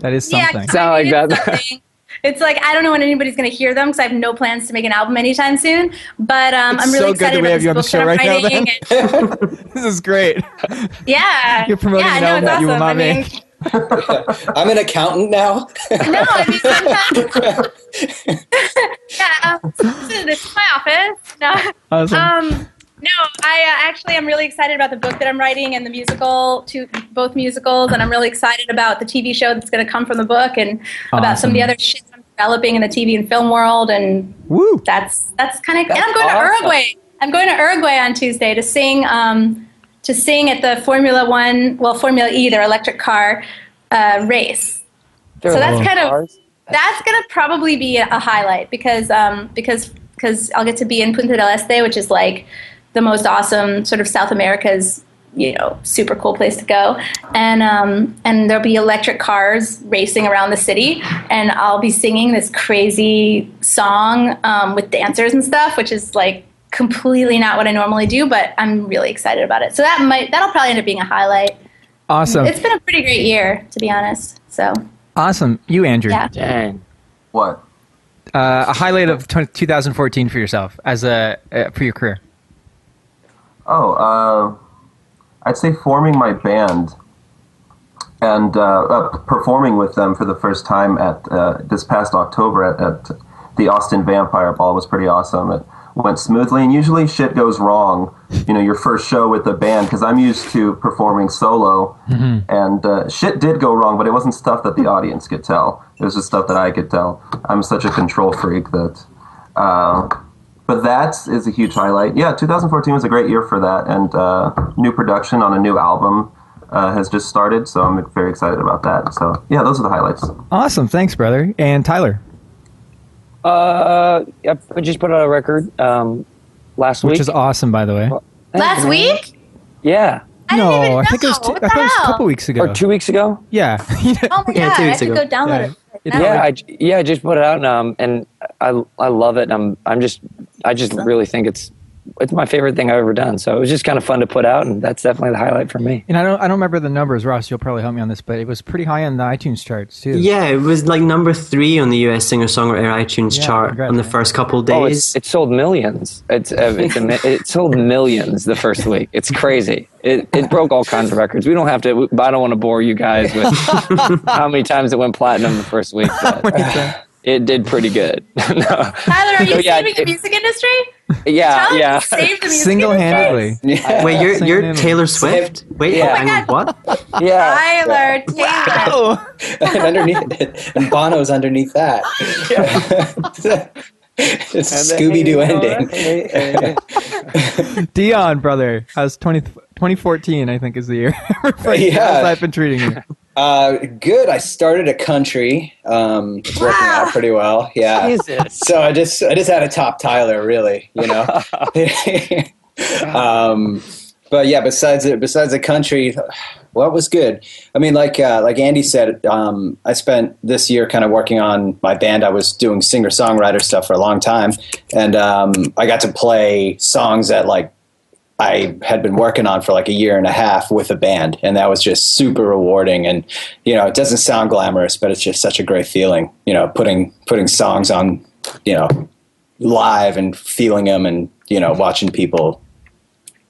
S1: That is something.
S3: Sound like
S4: kinda
S3: that.
S4: is something. It's like I don't know when anybody's going to hear them because I have no plans to make an album anytime soon. But um,
S1: It's
S4: I'm
S1: so good
S4: really excited
S1: that we have
S4: about this
S1: you on the
S4: book
S1: show
S4: that I'm
S1: right now,
S4: writing
S1: then.
S4: and-
S1: *laughs* this is great.
S4: yeah,
S1: *laughs* You're promoting
S4: yeah,
S1: an
S4: no,
S1: album
S4: it's
S1: that you will
S4: awesome.
S1: not
S4: I mean,
S1: make.
S5: I'm an accountant now. *laughs*
S4: No, I mean sometimes. yeah, um, this is my office. No.
S1: Awesome.
S4: Um, no, I uh, actually am really excited about the book that I'm writing and the musical, to both musicals, and I'm really excited about the TV show that's going to come from the book and about some of the
S1: Awesome.
S4: other shit I'm developing in the TV and film world, and
S1: Woo.
S4: that's that's kind of. And I'm going
S3: awesome.
S4: to Uruguay. I'm going to Uruguay on Tuesday to sing um, to sing at the Formula One, well, Formula E, their electric car uh, race
S3: There
S4: so
S3: are
S4: that's
S3: lots
S4: kind of
S3: cars.
S4: that's gonna probably be a highlight because um, because because I'll get to be in Punta del Este, which is like the most awesome sort of South America's you know super cool place to go, and um, and there'll be electric cars racing around the city, and I'll be singing this crazy song um, with dancers and stuff, which is like completely not what I normally do, but I'm really excited about it. So that might that'll probably end up being a highlight.
S1: Awesome.
S4: It's been a pretty great year, to be honest. So
S1: Awesome. You, Andrew.
S4: yeah.
S3: Dang.
S6: what?
S1: Uh, a highlight of 20- 2014 for yourself as a uh, for your career.
S6: Oh, uh, I'd say forming my band and uh, uh, performing with them for the first time at uh, this past October at, at the Austin Vampire Ball was pretty awesome. It went smoothly, and usually shit goes wrong. You know, your first show with a band because I'm used to performing solo, and uh, shit did go wrong, but it wasn't stuff that the audience could tell. It was just stuff that I could tell. I'm such a control freak that. Uh, but that is a huge highlight. Yeah, 2014 was a great year for that, and uh, new production on a new album uh, has just started, so I'm very excited about that. So yeah, those are the highlights.
S1: Awesome. Thanks, brother. And Tyler,
S3: Uh, I I just put out a record um, last
S1: which
S3: week.
S1: is awesome, by the way.
S4: Last week?
S3: yeah.
S4: I
S1: no,
S4: didn't even
S1: I think it was
S4: know.
S1: two, I
S4: What
S1: thought
S4: the
S1: it was a
S4: hell?
S1: couple weeks ago.
S3: Or two weeks ago.
S1: *laughs* Yeah.
S4: Oh my
S1: *laughs* Yeah,
S4: god!
S1: two
S4: I
S1: weeks
S4: should
S1: ago.
S4: go download
S1: Yeah.
S4: it. right
S3: yeah,
S4: now.
S3: I, j- yeah, I just put it out, and, um, and I I love it. And I'm I'm just I just really think it's it's my favorite thing I've ever done. So it was just kind of fun to put out, and that's definitely the highlight for me.
S1: and I don't I don't remember the numbers, Ross. You'll probably help me on this, but it was pretty high on the iTunes charts too.
S2: Yeah, it was like number three on the US singer songwriter iTunes
S1: Yeah,
S2: chart
S1: congrats,
S2: on the
S1: man.
S2: first couple of
S3: Oh,
S2: days.
S3: it's, it sold millions. It's, uh, it's ama- it sold millions the first week. It's crazy. It, it broke all kinds of records. We don't have to. I don't want to bore you guys with how many times it went platinum the first week. But it did pretty good. *laughs* no.
S4: Tyler, are you
S3: Oh, yeah,
S4: saving the
S3: it-
S4: music industry?
S3: Yeah,
S4: Tyler,
S3: yeah.
S4: Save the music
S1: Single-handedly.
S4: industry?
S5: Yeah.
S2: Wait, you're
S1: Same
S2: you're
S1: name.
S2: Taylor Swift? Wait,
S3: Yeah.
S2: hang on, what?
S3: *laughs* Yeah.
S4: Tyler, Taylor.
S1: Oh,
S5: *laughs* and underneath it, and Bono's underneath that. *laughs* it's a Scooby Doo ending.
S3: uh,
S1: Dion, brother. How's 20, 2014, I think, is the year. *laughs* For you.
S5: Yeah.
S1: How's life been treating you?
S5: Uh, good. I started a country. Um, it's working out
S3: Ah!
S5: pretty well. Yeah.
S3: Jesus.
S5: So I just I just had a top Tyler, really. You know. *laughs* um, but yeah, besides it, besides the country, what was good? I mean, like uh, like Andy said, um, I spent this year kind of working on my band. I was doing singer songwriter stuff for a long time, and um, I got to play songs that like I had been working on for like a year and a half with a band, and that was just super rewarding. And you know, it doesn't sound glamorous, but it's just such a great feeling. You know, putting putting songs on, you know, live and feeling them, and you know, watching people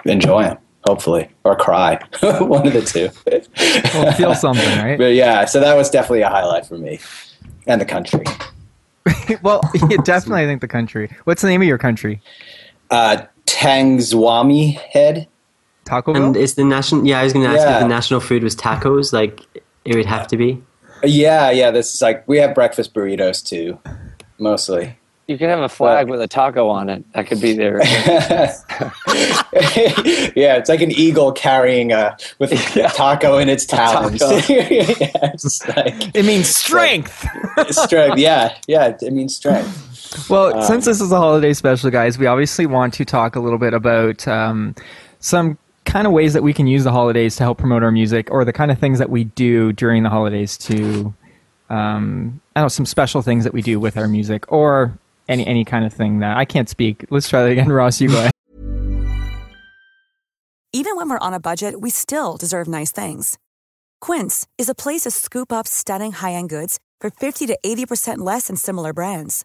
S5: enjoy them, hopefully, or cry, *laughs* one of the two. *laughs*
S1: Well, feel something, *laughs* right?
S5: but yeah, so that was definitely a highlight for me and the country.
S1: well, *laughs* yeah, definitely, I think the country. What's the name of your country?
S5: Uh, Tangzwami head.
S1: Taco Bell?
S2: And is the national? Yeah, I was going to ask
S5: Yeah.
S2: if the national food was tacos. Like it would have to be.
S5: Yeah, yeah. This is like we have breakfast burritos too, mostly. *laughs*
S3: You could have a flag with a taco on it. That could be there.
S5: yeah, it's like an eagle carrying a *laughs* with a taco in its talons. *laughs* yeah, it's like
S1: it means strength.
S5: strength. Yeah, yeah. It means strength.
S1: Well, since this is a holiday special, guys, we obviously want to talk a little bit about um, some kind of ways that we can use the holidays to help promote our music or the kind of things that we do during the holidays to, um, I don't know, some special things that we do with our music or any, any kind of thing that I can't speak. Let's try that again, Ross. You go ahead.
S8: Even when we're on a budget, we still deserve nice things. Quince is a place to scoop up stunning high end goods for 50 to 80% less than similar brands.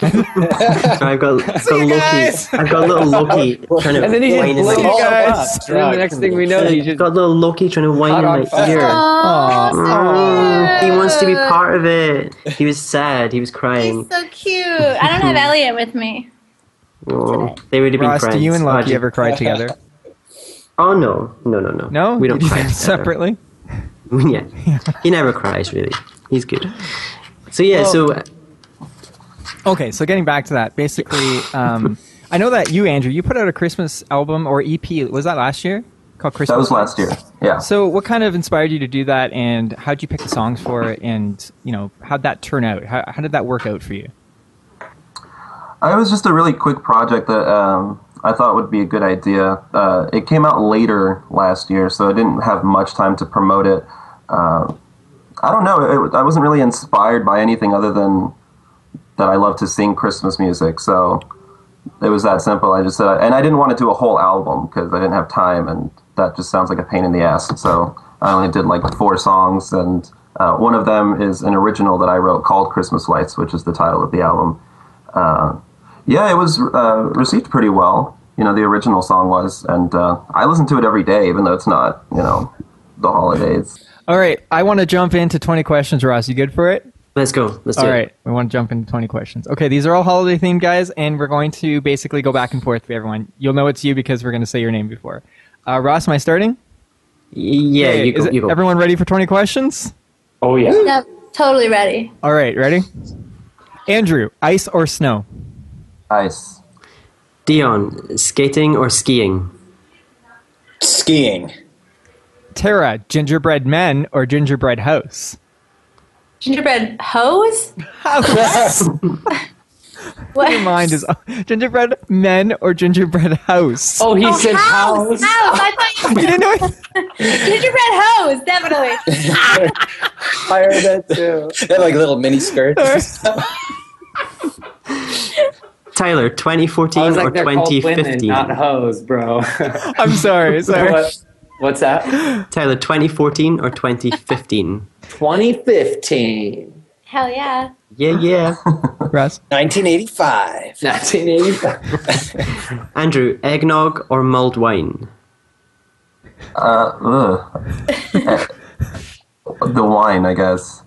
S2: I've got,
S4: *laughs*
S2: I've got Loki. I've got a little Loki trying to
S3: *laughs* And then you
S2: whine
S3: just
S2: in
S3: blow
S2: my
S3: you
S5: all
S3: guys.
S5: up.
S3: And then the next thing we know, you
S2: I've
S3: just
S2: got a little Loki trying to whine
S3: Hot on
S2: in my
S3: fire.
S2: ear.
S4: Aw,
S2: Mm, He wants to be part of it. He was sad. He was
S4: he's
S2: crying.
S4: so cute. I
S1: *laughs*
S4: don't have Elliot with me.
S2: Oh, they would have been
S1: Ross,
S2: friends.
S1: do you and
S2: Oh,
S1: Lucky
S2: I-
S1: ever cry together?
S2: Oh no, no, no, no.
S1: No?
S2: we don't
S1: You do *laughs*
S2: cry
S1: that
S2: together.
S1: separately? *laughs*
S2: yeah. he never cries really. He's good. So yeah, so uh,
S1: Okay, so getting back to that,
S2: *laughs*
S1: basically, um, I know that you, Andrew, you put out a Christmas album or EP. Was that last year? Called Christmas.
S6: That was last year. Yeah.
S1: So, what kind of inspired you to do that, and how'd you pick the songs for it, and you know, how'd that turn out? How, how did that work out for you?
S6: It was just a really quick project that um, I thought would be a good idea. Uh, it came out later last year, so I didn't have much time to promote it. Uh, I don't know. It, I wasn't really inspired by anything other than that I love to sing Christmas music. So it was that simple. I just said, and I didn't want to do a whole album because I didn't have time, and that just sounds like a pain in the ass. So I only did like four songs, and uh, one of them is an original that I wrote called Christmas Lights, which is the title of the album. Yeah, it was uh, received pretty well. You know, the original song was, and uh, I listen to it every day, even though it's not, you know, the holidays.
S1: All right, I want to jump into twenty questions, Ross. You good for it?
S2: let's go. Let's do
S1: All
S2: it.
S1: right, we want to jump into 20 questions. Okay, these are all holiday themed, guys, and we're going to basically go back and forth with everyone. You'll know it's you because we're going to say your name before. Uh, Ross, am I starting?
S2: Yeah,
S1: Okay,
S2: you go.
S1: is it-
S2: You go.
S1: Everyone ready for 20 questions?
S3: Oh yeah.
S4: No, totally ready.
S1: All right, ready? Andrew, ice or snow?
S6: Ice,
S2: Dion, skating or skiing?
S5: Skiing,
S1: Tara, gingerbread men or gingerbread house?
S4: Gingerbread hose?
S1: House.
S4: What?
S1: Your *laughs* mind is *laughs* gingerbread men or gingerbread house.
S3: Oh, he
S4: Oh,
S3: said house.
S4: house, house. I thought
S1: You
S4: you
S1: didn't know it?
S4: gingerbread hose, definitely.
S3: I heard that too.
S5: they have like little mini skirts.
S2: Tyler, 2014
S3: I was
S2: or
S3: like, they're called women,
S2: 2015?
S3: not hoes, bro. *laughs*
S1: I'm sorry. Sorry.
S3: What- What's that?
S2: Tyler, 2014 or 2015?
S3: 2015.
S4: Hell yeah.
S2: *laughs* yeah, yeah.
S1: Russ.
S5: 1985.
S3: 1985.
S2: Andrew, eggnog or mulled wine?
S6: ugh. *laughs* the wine, I guess.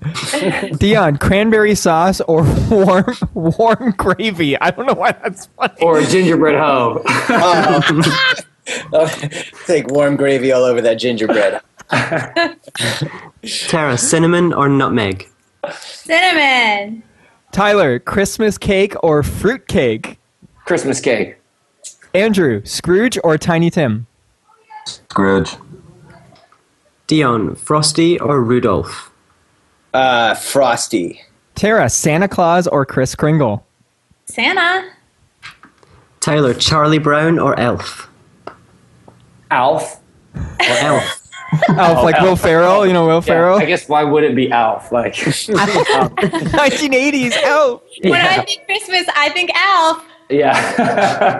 S1: Dion, cranberry sauce or warm *laughs* warm gravy? I don't know why that's funny.
S3: Or a gingerbread hoe.
S5: Oh, Take warm gravy all over that gingerbread.
S2: Tara, cinnamon or nutmeg?
S4: Cinnamon.
S1: Tyler, Christmas cake or fruit cake?
S3: Christmas cake.
S1: Andrew, Scrooge or Tiny Tim?
S6: Scrooge,
S2: Dion, frosty or Rudolph?
S5: Uh, frosty.
S1: Tara, Santa Claus or Kris Kringle?
S4: Santa.
S2: Tyler, Charlie Brown or elf?
S3: Alf.
S2: Elf.
S1: Alf, like Will Ferrell, you know, Will Ferrell.
S3: Oh, I
S1: *laughs*
S3: guess why would it be Alf? Like, *laughs*
S1: 1980s Alf.
S4: When I think Christmas, I think Alf.
S3: yeah.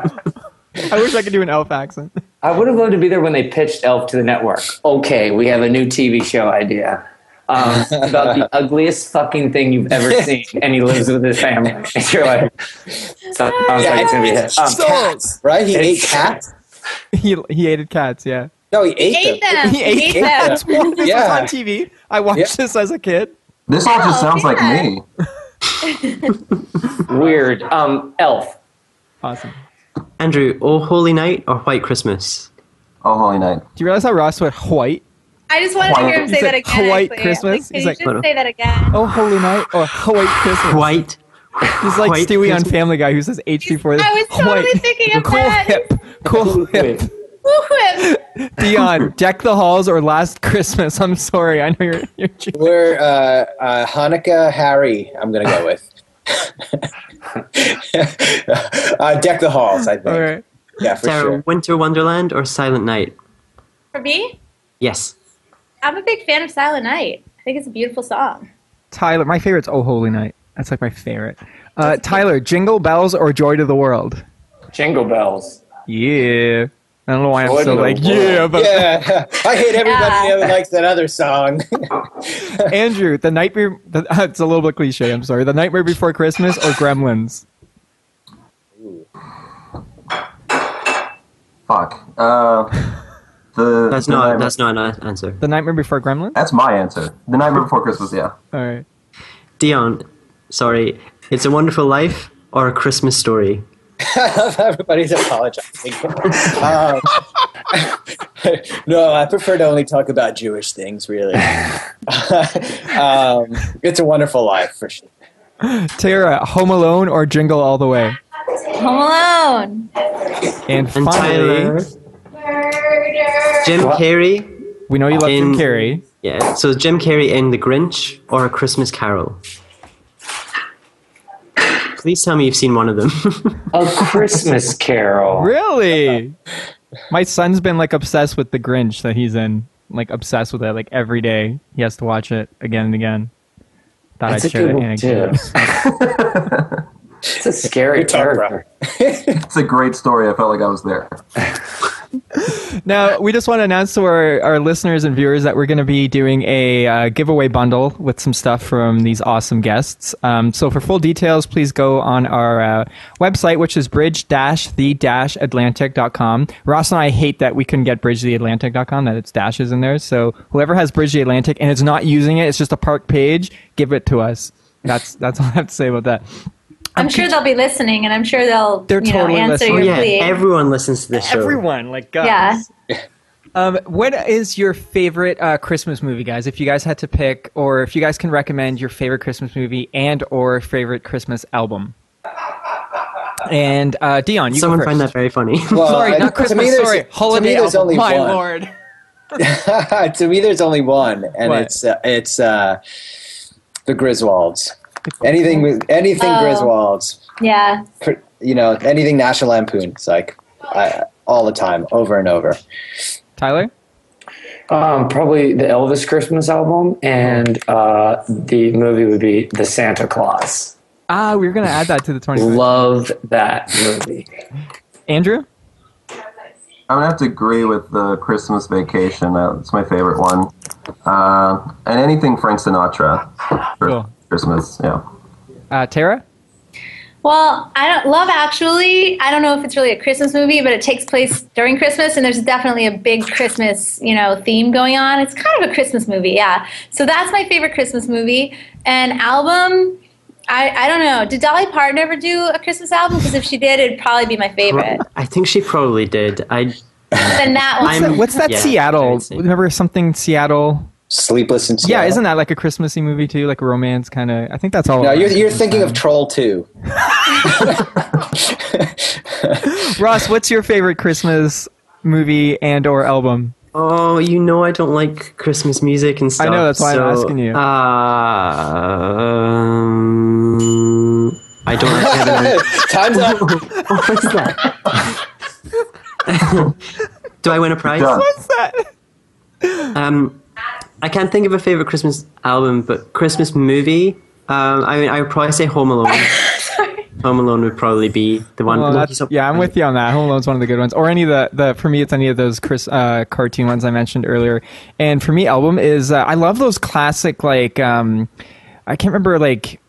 S1: I wish I could do an Elf accent. *laughs*
S3: I would have loved to be there when they pitched Elf to the network. Okay, we have a new TV show idea um, about *laughs* the ugliest fucking thing you've ever seen, and he lives with his family. *laughs* And you're like, sounds like it's gonna be a hit. Um,
S5: Cats, right? He ate
S3: it's-
S5: cats.
S1: He he hated cats. Yeah,
S5: No, he ate,
S4: Hate
S5: them.
S4: them.
S1: he ate
S4: Hate them.
S1: cats. Well, *laughs* this
S5: Yeah.
S1: was on TV. I watched
S5: Yeah.
S1: this as a kid.
S6: This all just
S4: Oh,
S6: sounds like
S4: yeah.
S6: me.
S3: weird. Um, Elf.
S1: Awesome.
S2: Andrew, or Holy Night or White Christmas?
S6: Oh, holy night.
S1: Do you realize how Ross went white?
S4: I just wanted to hear him
S1: He's
S4: say that
S1: like,
S4: again.
S1: "White
S4: actually.
S1: Christmas?"
S4: Like,
S1: He's
S4: Can you
S1: like-
S4: just say that again?
S1: Oh, holy night or white Christmas.
S2: White.
S1: He's like
S2: White
S1: Stewie on
S2: Christmas.
S1: Family Guy who says H before the
S4: I was totally
S1: white.
S4: thinking of
S1: cool
S4: that.
S1: hip, cool hip.
S4: Woo-hoo.
S1: Dion, deck the halls or last Christmas. I'm sorry, I know you're. you're
S5: We're uh, uh, Hanukkah Harry. I'm gonna go with. *laughs* uh, deck the halls. I think.
S1: all right.
S5: Yeah, for
S2: Sarah,
S5: sure.
S2: Winter Wonderland or Silent Night?
S4: For me,
S2: Yes.
S4: I'm a big fan of Silent Night. I think it's a beautiful song.
S1: Tyler, my favorite's Oh Holy Night. That's like my favorite. Uh, Tyler, Jingle Bells or Joy to the World?
S3: Jingle bells.
S1: Yeah. I don't know why I'm
S3: Joy
S1: so
S3: to the
S1: like
S3: World.
S1: yeah, but
S5: Yeah, *laughs* I hate everybody
S4: Yeah.
S5: that likes that other song. *laughs*
S1: Andrew, the nightmare. The, *laughs* it's a little bit cliche. I'm sorry. The Nightmare Before Christmas or Gremlins?
S6: Fuck. Uh, the
S2: That's
S6: the
S2: not
S6: Nightmare-
S2: that's not an a- answer.
S1: The Nightmare Before Gremlins.
S6: That's my answer. The Nightmare Before Christmas. Yeah.
S1: All right.
S2: Dion, sorry, It's a Wonderful Life or a Christmas Story?
S5: Everybody's apologizing. um, *laughs* no, I prefer to only talk about Jewish things, really. *laughs* um, it's a wonderful life, for sure.
S1: Tara, Home Alone or Jingle All the Way?
S4: Home Alone.
S1: And
S2: And Tyler,
S1: finally,
S2: Jim Carrey.
S1: we know you love Jim
S2: In-
S1: Carrey.
S2: Yeah. So Jim Carrey in The Grinch or a Christmas Carol? Please tell me you've seen one
S1: *laughs*
S2: of them.
S3: A Christmas Carol.
S1: Really? My son's been like obsessed with the Grinch that he's in. Like obsessed with it. Like every day he has to watch it again and again. Thought
S3: That's
S1: I'd
S3: a
S1: share
S3: good
S1: that
S3: one too.
S1: anecdote.
S3: It's a scary
S5: Good talk, bro.
S3: character.
S6: It's a great story. I felt like I was there.
S1: Now, we just want to announce to our, our listeners and viewers that we're going to be doing a uh, giveaway bundle with some stuff from these awesome guests. Um, so, for full details, please go on our uh, website, which is bridge the atlantic.com. Ross and I hate that we couldn't get bridge the atlantic.com, that it's dashes in there. So, whoever has bridge the atlantic and it's not using it, it's just a park page, give it to us. That's, that's all I have to say about that.
S4: I'm sure they'll be listening, and I'm sure they'll
S1: They're
S4: you
S1: totally
S4: know, answer
S1: listening.
S4: your
S2: Oh, yeah,
S4: plea.
S2: everyone listens to this show.
S1: Everyone, like, guys.
S4: yeah.
S1: *laughs* Um, what is your favorite uh, Christmas movie, guys? If you guys had to pick, or if you guys can recommend your favorite Christmas movie and or favorite Christmas album. And uh, Dion, you
S2: Someone
S1: go first.
S2: find that
S1: *laughs*
S2: very funny.
S5: Well,
S1: Sorry,
S5: Uh, I-
S1: not
S5: to me,
S1: Christmas.
S5: there's-
S1: Sorry,
S5: to me,
S1: holiday
S5: there's
S1: album.
S5: only
S1: My
S5: one.
S1: lord.
S5: *laughs* to me, there's only one, and
S1: What?
S5: it's uh, it's uh, the Griswolds. Anything with anything
S4: Oh.
S5: Griswolds,
S4: Yeah.
S5: Cr- you know, anything National Lampoon. It's like I, all the time, over and over.
S1: Tyler,
S3: Um, probably the Elvis Christmas album, and uh, the movie would be The Santa Claus.
S1: ah, we were gonna add that to the twenty.
S3: Love that movie.
S1: Andrew,
S6: I'm gonna have to agree with the Christmas Vacation. Uh, it's my favorite one, uh, and anything Frank Sinatra for
S1: Cool.
S6: Christmas. Yeah,
S1: uh, Tara.
S4: Well, I don't love actually. I don't know if it's really a Christmas movie, but it takes place during Christmas and there's definitely a big Christmas, you know, theme going on. It's kind of a Christmas movie, yeah. So that's my favorite Christmas movie. And album, I, I don't know. Did Dolly Parton ever do a Christmas album? Because if she did, it'd probably be my favorite.
S2: I think she probably did. I
S4: then that one.
S2: I'm-
S1: What's that
S2: Yeah, I
S1: Seattle?
S2: would say-
S1: Remember something Seattle?
S5: Sleepless in
S1: Yeah,
S5: Seattle.
S1: isn't that like a Christmassy movie too? Like a romance kind of. I think that's all.
S5: No,
S1: around
S5: you're, you're
S1: Christmas
S5: thinking
S1: time.
S5: of Troll Two.
S1: *laughs* Ross, what's your favorite Christmas movie and or album?
S2: Oh, you know I don't like Christmas music and stuff.
S1: know, that's why I'm
S2: so,
S1: asking you.
S2: Uh, um, I don't
S1: *laughs*
S2: actually have
S5: *laughs*
S2: an answer.
S5: Time's up.
S2: *laughs* What was that? *laughs* Do I win a
S1: *laughs*
S2: prize?
S6: done.
S1: What's that?
S2: Uh, Um, I can't think of a favorite Christmas album, but Christmas movie. Um, I mean, I would probably say Home Alone. Home Alone would probably be the one.
S1: Well,
S2: Lucky
S1: that's,
S2: Sub-
S1: yeah, I'm with you on that. Home Alone's one of the good ones, or any of the, the for me, it's any of those Chris uh, cartoon ones I mentioned earlier. And for me, album is uh, I love those classic like um, I can't remember like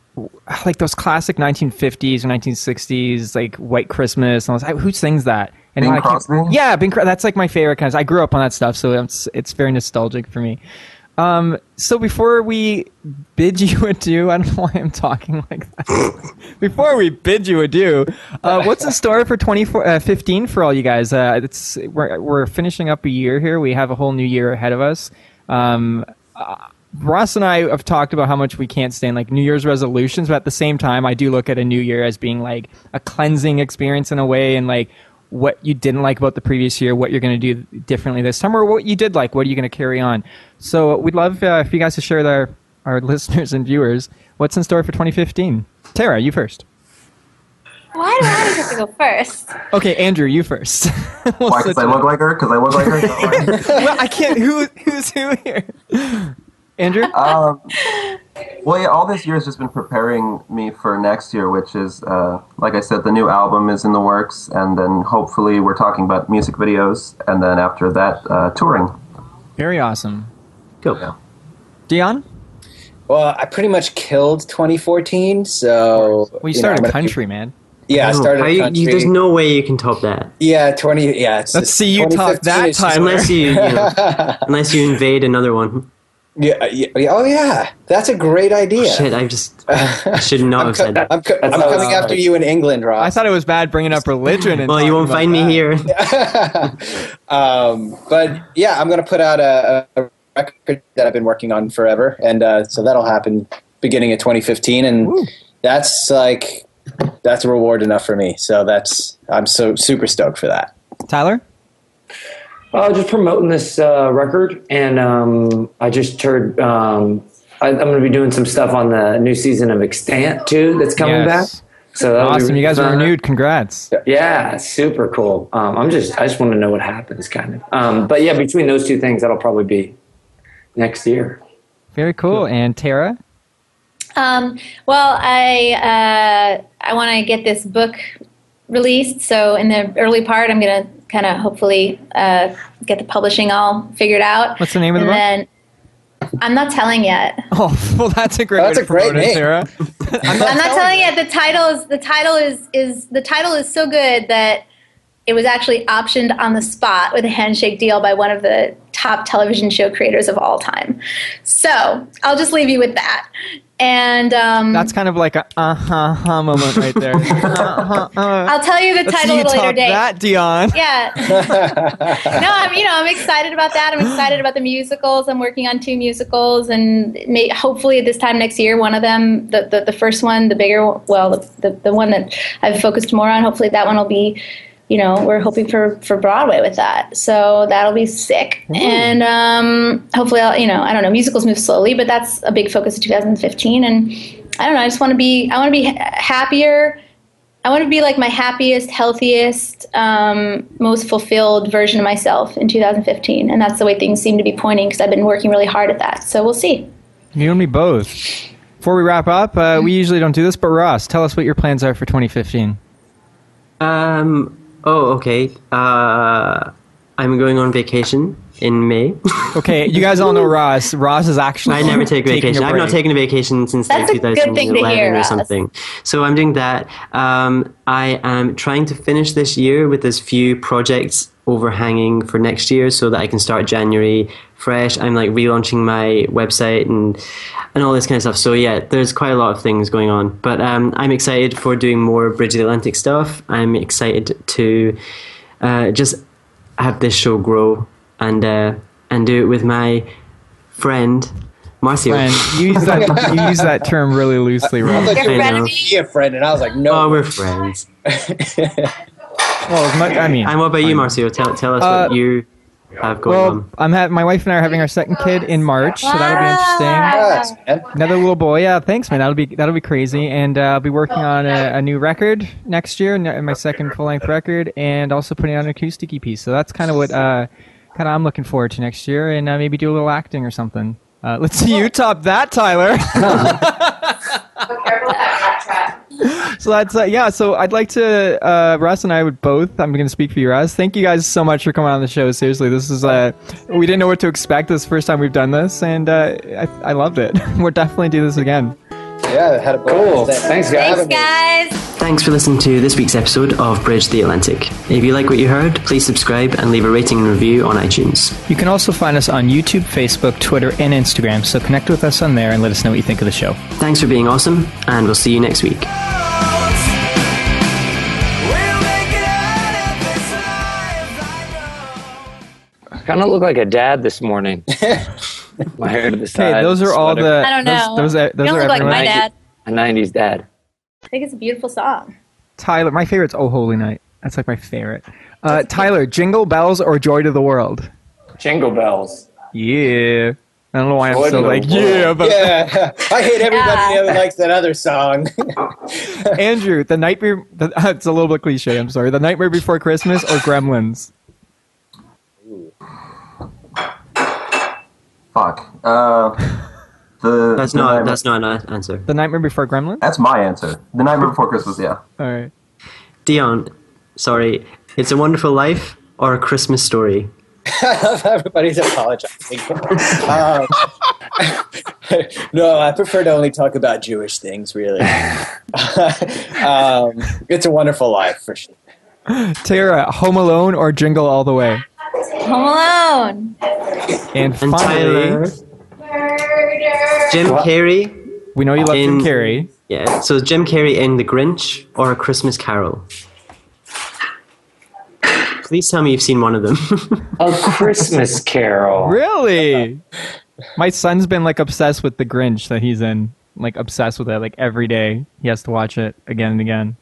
S1: like those classic 1950s or 1960s like White Christmas. And all those, who sings that? And
S6: Bing
S1: I can't-
S6: Crosby?
S1: Yeah, Bing. Cros- That's like my favorite kind. Of, I grew up on that stuff, so it's it's very nostalgic for me. Um, so before we bid *laughs* you adieu, I don't know why I'm talking like that. *laughs* before we bid you adieu, uh, what's in store for 2015 for all you guys? Uh, it's we're, we're finishing up a year here. We have a whole new year ahead of us. Um, Ross and I have talked about how much we can't stand like New Year's resolutions, but at the same time, I do look at a new year as being like a cleansing experience in a way, and like what you didn't like about the previous year, what you're going to do differently this time, or what you did like, what are you going to carry on. So we'd love uh, for you guys to share with our our *laughs* listeners and viewers what's in store for 2015. Tara, you first.
S4: Why do I always have to go first?
S1: Okay, Andrew, you *laughs* 1st
S6: Why? Because I look like her? Because I look like her? Is that why?
S1: well, I can't. Who who's who here? Andrew.
S6: Uh, Um, Well, yeah, all this year has just been preparing me for next year, which is, uh, like I said, the new album is in the works, and then hopefully we're talking about music videos, and then after that, uh, touring.
S1: Very awesome,
S2: Cool.
S1: Dion.
S5: Well, I pretty much killed 2014, so
S1: Well, you
S5: know, I'm
S1: started
S5: gonna-
S1: country, man.
S5: Yeah, I
S2: No,
S5: started
S2: how you-
S5: country.
S2: you- there's no way you can top that
S5: yeah, 20. Yeah, it's,
S1: Let's
S5: it's-
S1: see you top
S5: 2015
S1: that
S5: is just- *laughs*
S1: time.
S2: unless you, you know, unless you invade another one.
S5: Yeah, yeah, yeah, oh yeah, that's a great idea.
S2: Oh,
S5: *laughs*
S2: Shit, I just I should not have said that.
S5: I'm, co- I'm coming after you in England, Ross.
S1: I thought it was bad bringing up religion. And
S2: Well, you
S1: talking
S2: won't
S1: about
S2: find me
S1: that.
S2: here.
S5: *laughs* um, but yeah, I'm going to put out a, a record that I've been working on forever, and uh, so that'll happen beginning of 2015, and that's like that's a reward enough for me. So that's I'm so super stoked for that.
S1: Tyler.
S9: Uh, just promoting this uh, record, and um, I just heard um, I, I'm going to be doing some stuff on the new season of Extant too. That's coming
S1: Yes.
S9: back. So that'll be
S1: Awesome, you guys are
S9: fun.
S1: renewed. Congrats.
S9: Yeah, super cool. Um, I'm just I just want to know what happens, kind of. Um, but yeah, between those two things, that'll probably be next year.
S1: Very cool. And Tara.
S4: Um, well, I uh, I want to get this book released. So in the early part, I'm gonna kind of hopefully uh, get the publishing all figured out.
S1: What's the name of the
S4: and Then, I'm not telling yet.
S1: Oh, *laughs* well, that's a great.
S5: That's
S1: way
S5: a
S1: to
S5: great
S1: promote it,
S5: name.
S1: Tara.
S2: Mm-hmm.
S4: I'm not telling yet. The title is the title is is the title is so good that it was actually optioned on the spot with a handshake deal by one of the top television show creators of all time. So I'll just leave you with that. And um,
S1: That's kind of like a uh huh huh moment right
S2: *laughs*
S1: there. uh-huh, uh.
S4: I'll tell you the
S1: Let's see
S4: title
S1: you
S4: at a later
S1: top
S4: date.
S1: that, Dion. *laughs*
S4: Yeah. no, I'm you know I'm excited about that. I'm excited about the musicals. I'm working on two musicals, and may, hopefully this time next year, one of them, the the, the first one, the bigger, one- well, the, the the one that I've focused more on. Hopefully that one will be, you know, we're hoping for for Broadway with that. So that'll be sick. And um, hopefully I'll you know I don't know musicals move slowly, but that's a big focus of 2015. And I don't know. I just want to be I want to be ha- happier. I want to be like my happiest, healthiest, um, most fulfilled version of myself in 2015, and that's the way things seem to be pointing because I've been working really hard at that. So we'll *laughs* see.
S1: You and me both. Before we wrap up, uh, we usually don't do this, but Ross, tell us what your plans are for 2015.
S2: Um. Oh, okay. Uh, I'm going on vacation in May. *laughs*
S1: Okay, you guys all know Ross. Ross is actually.
S2: I never take
S1: taking a
S2: vacation. I've not
S1: break.
S2: taken a vacation since
S4: That's
S2: like
S4: a good thing to
S2: 2011
S4: hear,
S2: or
S4: Ross.
S2: something. So I'm doing that. Um, I am trying to finish this year with as few projects overhanging for next year, so that I can start January fresh. I'm like relaunching my website and and all this kind of stuff. So yeah, there's quite a lot of things going on. But um, I'm excited for doing more Bridge of the Atlantic stuff. I'm excited to uh, just have this show grow and uh, and do it with my friend Marcio.
S1: And you use that you use that term really loosely, Ross.
S5: Like,
S2: *laughs* I
S4: Your
S2: know.
S4: frenemies,
S5: yeah, friend, and I was like, no,
S2: Oh, we're friends.
S1: Well, as much, I mean,
S2: And what about you, Marcio? Tell tell us
S1: Uh,
S2: what you have going
S1: well,
S2: on.
S1: I'm ha- my wife and I are having our second kid in March, so that'll be interesting.
S5: yes, man.
S1: Another little boy. Yeah, thanks, man. That'll be that'll be crazy. And uh, I'll be working on a, a new record E next year, n- my second full length record, and also putting out an acoustic EP. So that's kind of what uh, that I'm looking forward to next year, and uh, maybe do a little acting or something. Uh, let's see you top that, Tyler. *laughs*
S4: Careful with that trap.
S1: so that's uh, yeah. So I'd like to uh, Russ and I would both. I'm going to speak for you, Russ. Thank you guys so much for coming on the show. Seriously, this is uh, we didn't know what to expect. This is the first time we've done this, and uh, I, I loved it. *laughs* we'll definitely do this again.
S5: Yeah, had a
S3: Cool. Thanks, guys.
S4: Thanks, guys.
S2: Thanks for listening to this week's episode of Bridge the Atlantic. If you like what you heard, please subscribe and leave a rating and review on iTunes.
S1: You can also find us on YouTube, Facebook, Twitter, and Instagram. So connect with us on there and let us know what you think of the show.
S2: Thanks for being awesome, and we'll see you next week.
S3: Kind of look like a dad
S1: *laughs*
S3: this morning. My hair to the side.
S1: Hey, those are all
S3: sweater.
S1: the.
S4: I don't know.
S1: Those, those, are- those
S4: You
S1: are
S4: don't look like
S1: everyone.
S4: my dad.
S3: a '90s dad.
S4: I think it's a beautiful song.
S1: Tyler, my favorite's Oh Holy Night. That's like my favorite. Uh, Tyler, Jingle Bells or Joy to the World?
S3: Jingle bells.
S1: Yeah. I don't know why I'm
S3: Joy
S1: so
S3: to the
S1: like
S3: World.
S1: yeah, but
S5: Yeah, *laughs* I hate everybody
S4: Yeah.
S5: that likes that other song. *laughs*
S1: Andrew, the nightmare. The, *laughs* it's a little bit cliche. I'm sorry. The Nightmare Before Christmas or Gremlins?
S6: Fuck. Uh, *laughs* the
S2: That's not
S6: the Nightmare-
S2: that's not an answer.
S1: The Nightmare Before Gremlins.
S6: that's my answer. The Nightmare Before Christmas. Yeah.
S1: All right.
S2: Dion, sorry, it's a Wonderful Life or a Christmas Story.
S5: *laughs* Everybody's apologizing. um, *laughs* no, I prefer to only talk about Jewish things, really. *laughs* um, it's a wonderful life for sure.
S1: Tara, Home Alone or Jingle All the Way?
S4: Home Alone.
S1: And
S2: And Tyler,
S1: finally,
S2: Jim Carrey.
S1: we know you love Jim
S2: In-
S1: Carrey.
S2: Yeah, so Jim Carrey in The Grinch or a Christmas Carol. Please tell me you've seen one of them. *laughs*
S3: A Christmas Carol.
S1: Really? My son's been like obsessed with the Grinch that he's in. Like obsessed with it. Like every day he has to watch it again and again.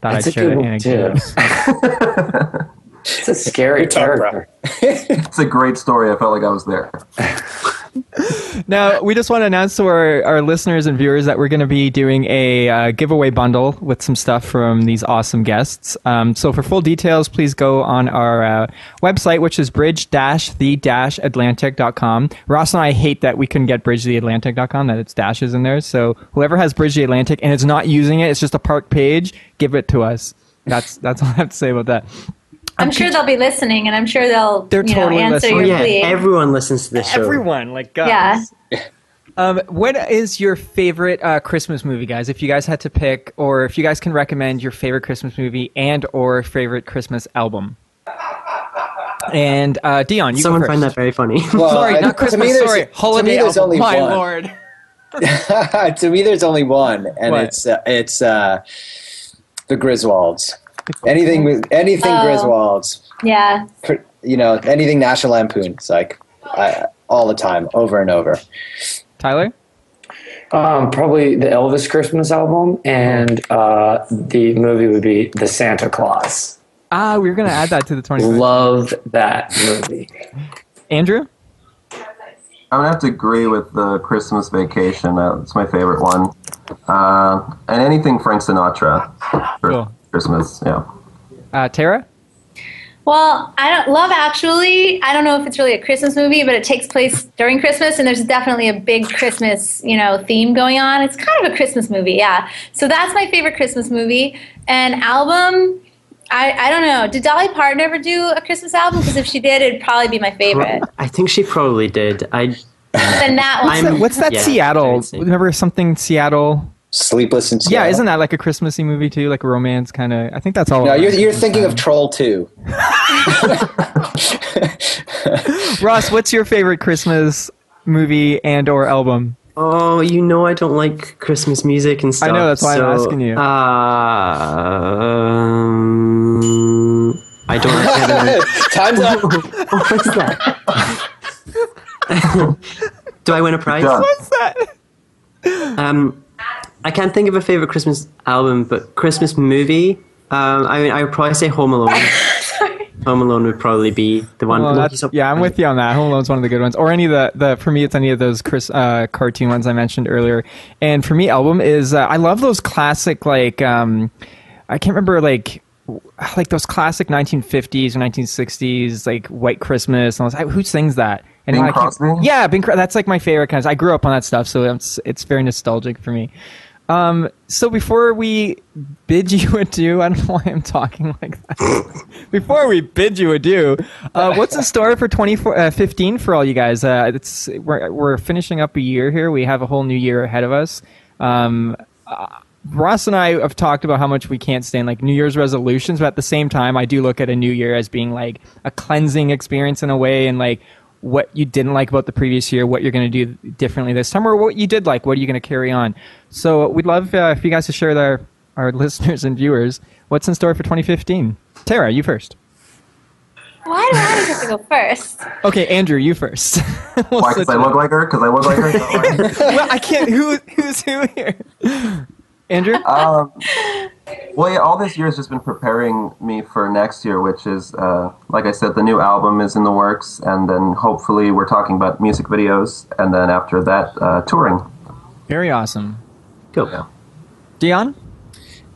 S1: Thought
S3: That's a
S1: I'd share
S3: good
S1: that
S3: one too.
S1: anecdote.
S9: *laughs*
S3: *laughs* It's a scary
S5: talk, bro.
S3: character.
S6: It's a great story. I felt like I was there.
S1: Now, we just want to announce to our, our listeners and viewers that we're going to be doing a uh, giveaway bundle with some stuff from these awesome guests. Um, so, for full details, please go on our uh, website, which is bridge the atlantic.com. Ross and I hate that we couldn't get bridge the atlantic.com, that it's dashes in there. So, whoever has bridge the atlantic and it's not using it, it's just a park page, give it to us. That's, that's all I have to say about that.
S4: I'm sure they'll be listening, and I'm sure they'll
S1: They're
S4: you know,
S1: totally
S4: answer
S1: listening.
S2: oh
S4: your
S2: yeah,
S4: plea.
S2: everyone listens to this show.
S1: Everyone, like, guys.
S4: yeah.
S1: Um, what is your favorite uh, Christmas movie, guys? If you guys had to pick, or if you guys can recommend your favorite Christmas movie and or favorite Christmas album. And uh, Dion, you
S2: Someone
S1: go first.
S2: find that very funny.
S5: Well,
S1: Sorry,
S5: I-
S1: not
S5: to me,
S1: Christmas.
S5: there's-
S1: Sorry,
S5: to
S1: holiday
S5: me, there's
S1: album.
S5: only
S1: My
S5: one.
S1: lord.
S5: *laughs* to me, there's only one, and
S1: What?
S5: it's uh, it's uh, the Griswolds. Anything with anything
S4: Oh.
S5: Griswolds,
S4: Yeah.
S5: Pr- you know, anything National Lampoon. It's like I, all the time, over and over.
S1: Tyler,
S3: Um, probably the Elvis Christmas album, and uh, the movie would be The Santa Claus.
S1: ah, we were gonna add that to the twenty.
S3: Love that movie.
S1: Andrew,
S6: I'm gonna have to agree with the Christmas Vacation. Uh, it's my favorite one, uh, and anything Frank Sinatra for
S1: Cool.
S6: Christmas. Yeah,
S1: uh, Tara.
S4: Well, I don't love actually. I don't know if it's really a Christmas movie, but it takes place during Christmas and there's definitely a big Christmas, you know, theme going on. It's kind of a Christmas movie, yeah. So that's my favorite Christmas movie. And album I, I don't know. Did Dolly Parton ever do a Christmas album? Because if she did, it'd probably be my favorite.
S2: I think she probably did. I
S4: then that
S2: I'm-
S4: one.
S1: What's that- What's that
S2: yeah,
S1: Seattle?
S2: I'd say-
S1: Remember something Seattle?
S5: Sleepless in
S1: Yeah,
S5: Seattle.
S1: isn't that like a Christmassy movie too? Like a romance kind of. I think that's all.
S5: No,
S1: around
S5: you're, you're
S1: Christmas
S5: thinking
S1: time.
S5: of Troll Two.
S1: Ross, what's your favorite Christmas movie and or album?
S2: Oh, you know I don't like Christmas music and stuff.
S1: know, that's why I'm
S2: so,
S1: asking you.
S2: Uh, um, I don't actually have an answer.
S5: Time's up.
S2: What was that? Do I win a prize?
S6: done.
S1: What's that?
S2: Um, I can't think of a favorite Christmas album, but Christmas movie. Um, I mean, I would probably say Home Alone. Home Alone would probably be the one.
S1: Well,
S2: No,
S1: Oh, that's,
S2: he's up-
S1: yeah, I'm with you on that. Home Alone's one of the good ones, or any of the, the for me it's any of those Chris uh, cartoon ones I mentioned earlier. And for me, album is uh, I love those classic like um, I can't remember like like those classic 1950s or 1960s, like White Christmas and all this. Who sings that? And
S6: Bing
S1: I can't-
S6: Crosby?
S1: Yeah, Bing Crosby. That's like my favorite kind. Of, I grew up on that stuff, so it's it's very nostalgic for me. Um, so before we bid you *laughs* adieu, I don't know why I'm talking like that. *laughs* before we bid you adieu, uh, what's in store for 2015 for all you guys? Uh, it's we're we're finishing up a year here. We have a whole new year ahead of us. Um, Ross and I have talked about how much we can't stand like New Year's resolutions, but at the same time, I do look at a new year as being like a cleansing experience in a way, and like what you didn't like about the previous year, what you're going to do differently this time, or what you did like, what are you going to carry on. So we'd love uh, for you guys to share with our our *laughs* listeners and viewers what's in store for 2015. Tara, you first.
S4: Why do I always have to go first?
S1: Okay, Andrew, you 1st *laughs* We'll
S6: Why?
S1: switch
S6: Because I
S1: it up.
S6: look like her. Because I look like her. Is that why?
S1: well, *laughs* I can't. Who who's who here? *laughs* Andrew.
S6: um, well, yeah, all this year has just been preparing me for next year, which is, uh, like I said, the new album is in the works, and then hopefully we're talking about music videos, and then after that, uh, touring.
S1: Very awesome.
S2: Cool.
S1: Dion.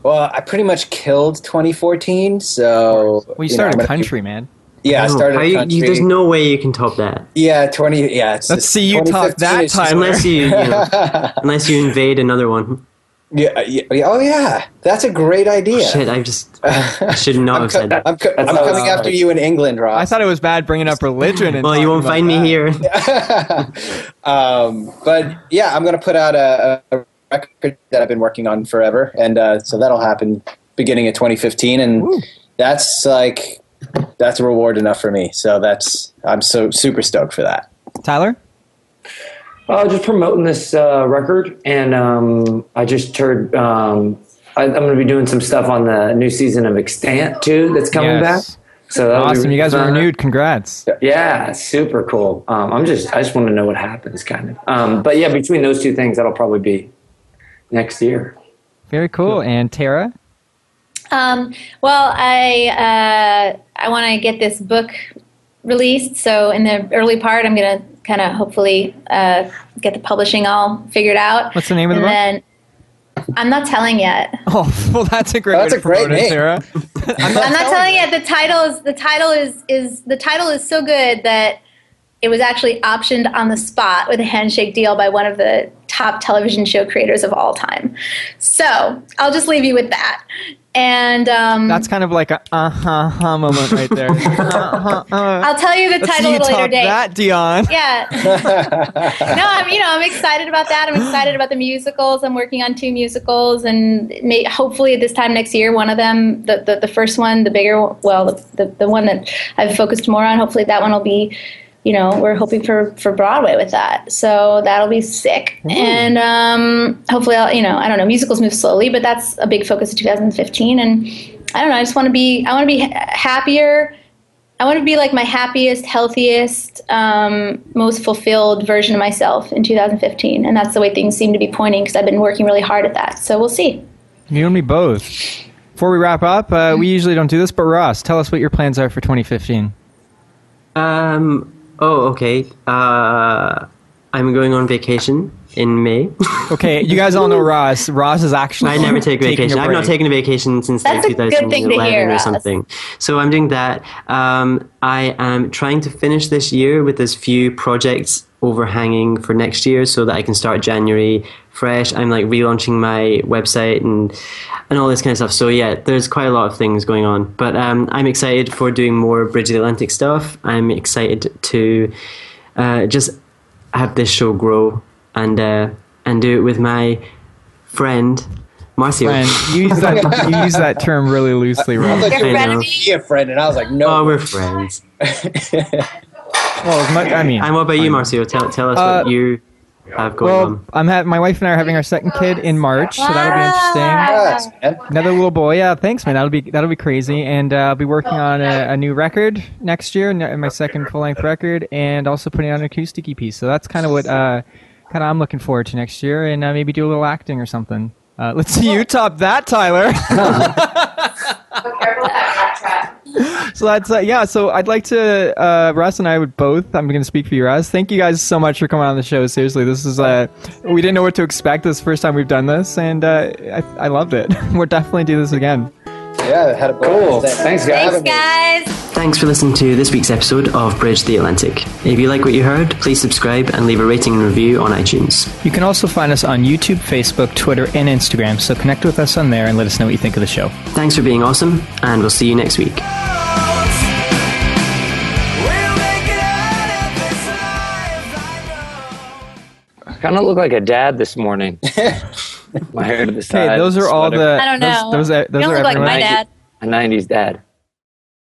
S5: Well, I pretty much killed 2014, so
S1: We
S5: you know,
S1: started
S5: I'm gonna-
S1: country, Oh, man.
S5: Yeah, I started
S2: How Oh, you- you-
S5: country.
S2: there's no way you can top that
S5: yeah, 20. Yeah, it's
S1: Let's
S5: just-
S1: see you top
S5: 2015
S1: that
S5: is *laughs* just-
S1: time.
S2: unless you, you know, unless you invade another one.
S5: Yeah, yeah, yeah, oh yeah, that's a great idea.
S2: Shit, I just
S5: *laughs*
S2: I should not
S5: I'm,
S2: have
S5: co-
S2: said that.
S5: I'm, co- I'm
S9: not
S5: coming
S9: right.
S5: after you in England, Ross.
S1: I thought it was bad bringing up religion. And
S2: Well, you
S1: talking
S2: won't
S1: about
S2: find me
S1: that.
S2: here.
S5: *laughs* um, but yeah, I'm gonna put out a, a record that I've been working on forever, and uh, so that'll happen beginning of 2015, and that's like that's reward enough for me. So that's I'm so super stoked for that.
S1: Tyler.
S9: Uh, just promoting this uh, record, and um, I just heard um, I, I'm going to be doing some stuff on the new season of Extant too. That's coming
S1: Yes.
S9: back. So that'll be
S1: Awesome, you guys are
S9: fun.
S1: renewed. Congrats.
S9: Yeah, super cool. Um, I'm just I just want to know what happens, kind of. Um, but yeah, between those two things, that'll probably be next year.
S1: Very cool. And Tara.
S4: Um, well, I uh, I want to get this book released. So in the early part, I'm gonna kind of hopefully uh, get the publishing all figured out.
S1: What's the name of the
S4: and
S1: book?
S4: Then, I'm not telling yet.
S1: *laughs* Oh, well, that's a great.
S5: That's
S1: way
S5: a
S1: to promote
S5: great
S1: it,
S5: name.
S1: Tara.
S4: *laughs* Mm-hmm.
S5: *laughs*
S4: I'm not telling yet. The title is the title is is the title is so good that it was actually optioned on the spot with a handshake deal by one of the top television show creators of all time. So I'll just leave you with that. And um,
S1: That's kind of like a uh huh huh moment right
S4: *laughs*
S1: there. uh-huh, uh.
S4: I'll tell you the
S1: Let's
S4: title
S1: see you
S4: at a later
S1: top
S4: date.
S1: that, Dion.
S4: Yeah. *laughs* no, I'm you know I'm excited about that. I'm excited about the musicals. I'm working on two musicals, and may, hopefully this time next year, one of them, the the, the first one, the bigger, well, the, the the one that I've focused more on. Hopefully that one will be, you know, we're hoping for for Broadway with that. So that'll be sick. And um, hopefully I'll you know I don't know musicals move slowly, but that's a big focus of 2015. And I don't know. I just want to be I want to be ha- happier. I want to be like my happiest, healthiest, um, most fulfilled version of myself in 2015. And that's the way things seem to be pointing because I've been working really hard at that. So we'll see.
S1: You and me both. Before we wrap up, uh,
S4: Mm-hmm.
S1: we usually don't do this, but Ross, tell us what your plans are for 2015.
S2: Um. Oh, okay. Uh, I'm going on vacation in May. *laughs*
S1: Okay, you guys all know Ross. Ross is actually.
S2: I never take
S1: taking a
S2: vacation. I've not
S1: break.
S2: taken a vacation since
S4: That's
S2: like
S4: a good thing to
S2: 2011
S4: hear,
S2: or
S4: Ross.
S2: something. So I'm doing that. Um, I am trying to finish this year with as few projects overhanging for next year, so that I can start January fresh. I'm like relaunching my website and and all this kind of stuff. So yeah, there's quite a lot of things going on. But um, I'm excited for doing more Bridge of the Atlantic stuff. I'm excited to uh, just have this show grow and uh, and do it with my friend Marcio.
S1: And you use
S5: *laughs*
S1: that you use that term really loosely, Ross.
S5: Like,
S2: I
S5: you're
S2: know.
S5: be a friend, and I was like,
S2: Oh,
S5: no.
S2: we're friends.
S1: Well, as much, I mean,
S2: And what about you, Marcio? Tell tell us
S1: Uh,
S2: what you have going
S1: well,
S2: on.
S1: I'm ha- my wife and I are having our second kid in March, so that'll be interesting.
S5: Yes, man.
S1: Another little boy. Yeah, thanks, man. That'll be that'll be crazy. And uh, I'll be working on a, a new record next year, n- my second full length record, and also putting out an acoustic EP. So that's kind of what uh, kind of I'm looking forward to next year, and uh, maybe do a little acting or something. Uh, let's see you top that, Tyler. so that's uh, yeah. So I'd like to uh, Russ and I would both. I'm going to speak for you, Russ. Thank you guys so much for coming on the show. Seriously, this is uh, we didn't know *laughs* what to expect. This is the first time we've done this, and uh, I, I loved it. we'll definitely do this again.
S5: Yeah, had a
S3: Cool.
S5: blast.
S3: Thanks, guys.
S5: for
S4: Thanks,
S5: having me.
S4: guys.
S2: Thanks for listening to this week's episode of Bridge the Atlantic. If you like what you heard, please subscribe and leave a rating and review on iTunes.
S1: You can also find us on YouTube, Facebook, Twitter, and Instagram, so connect with us on there and let us know what you think of the show.
S2: Thanks for being awesome, and we'll see you next week.
S3: kind of look like a dad this morning. My hair to the side.
S1: Hey, those are all
S3: sweater.
S1: the.
S4: I don't know.
S1: Those, those are, those
S4: you
S1: are
S4: don't look like
S1: everyone.
S4: my dad.
S3: A '90s dad.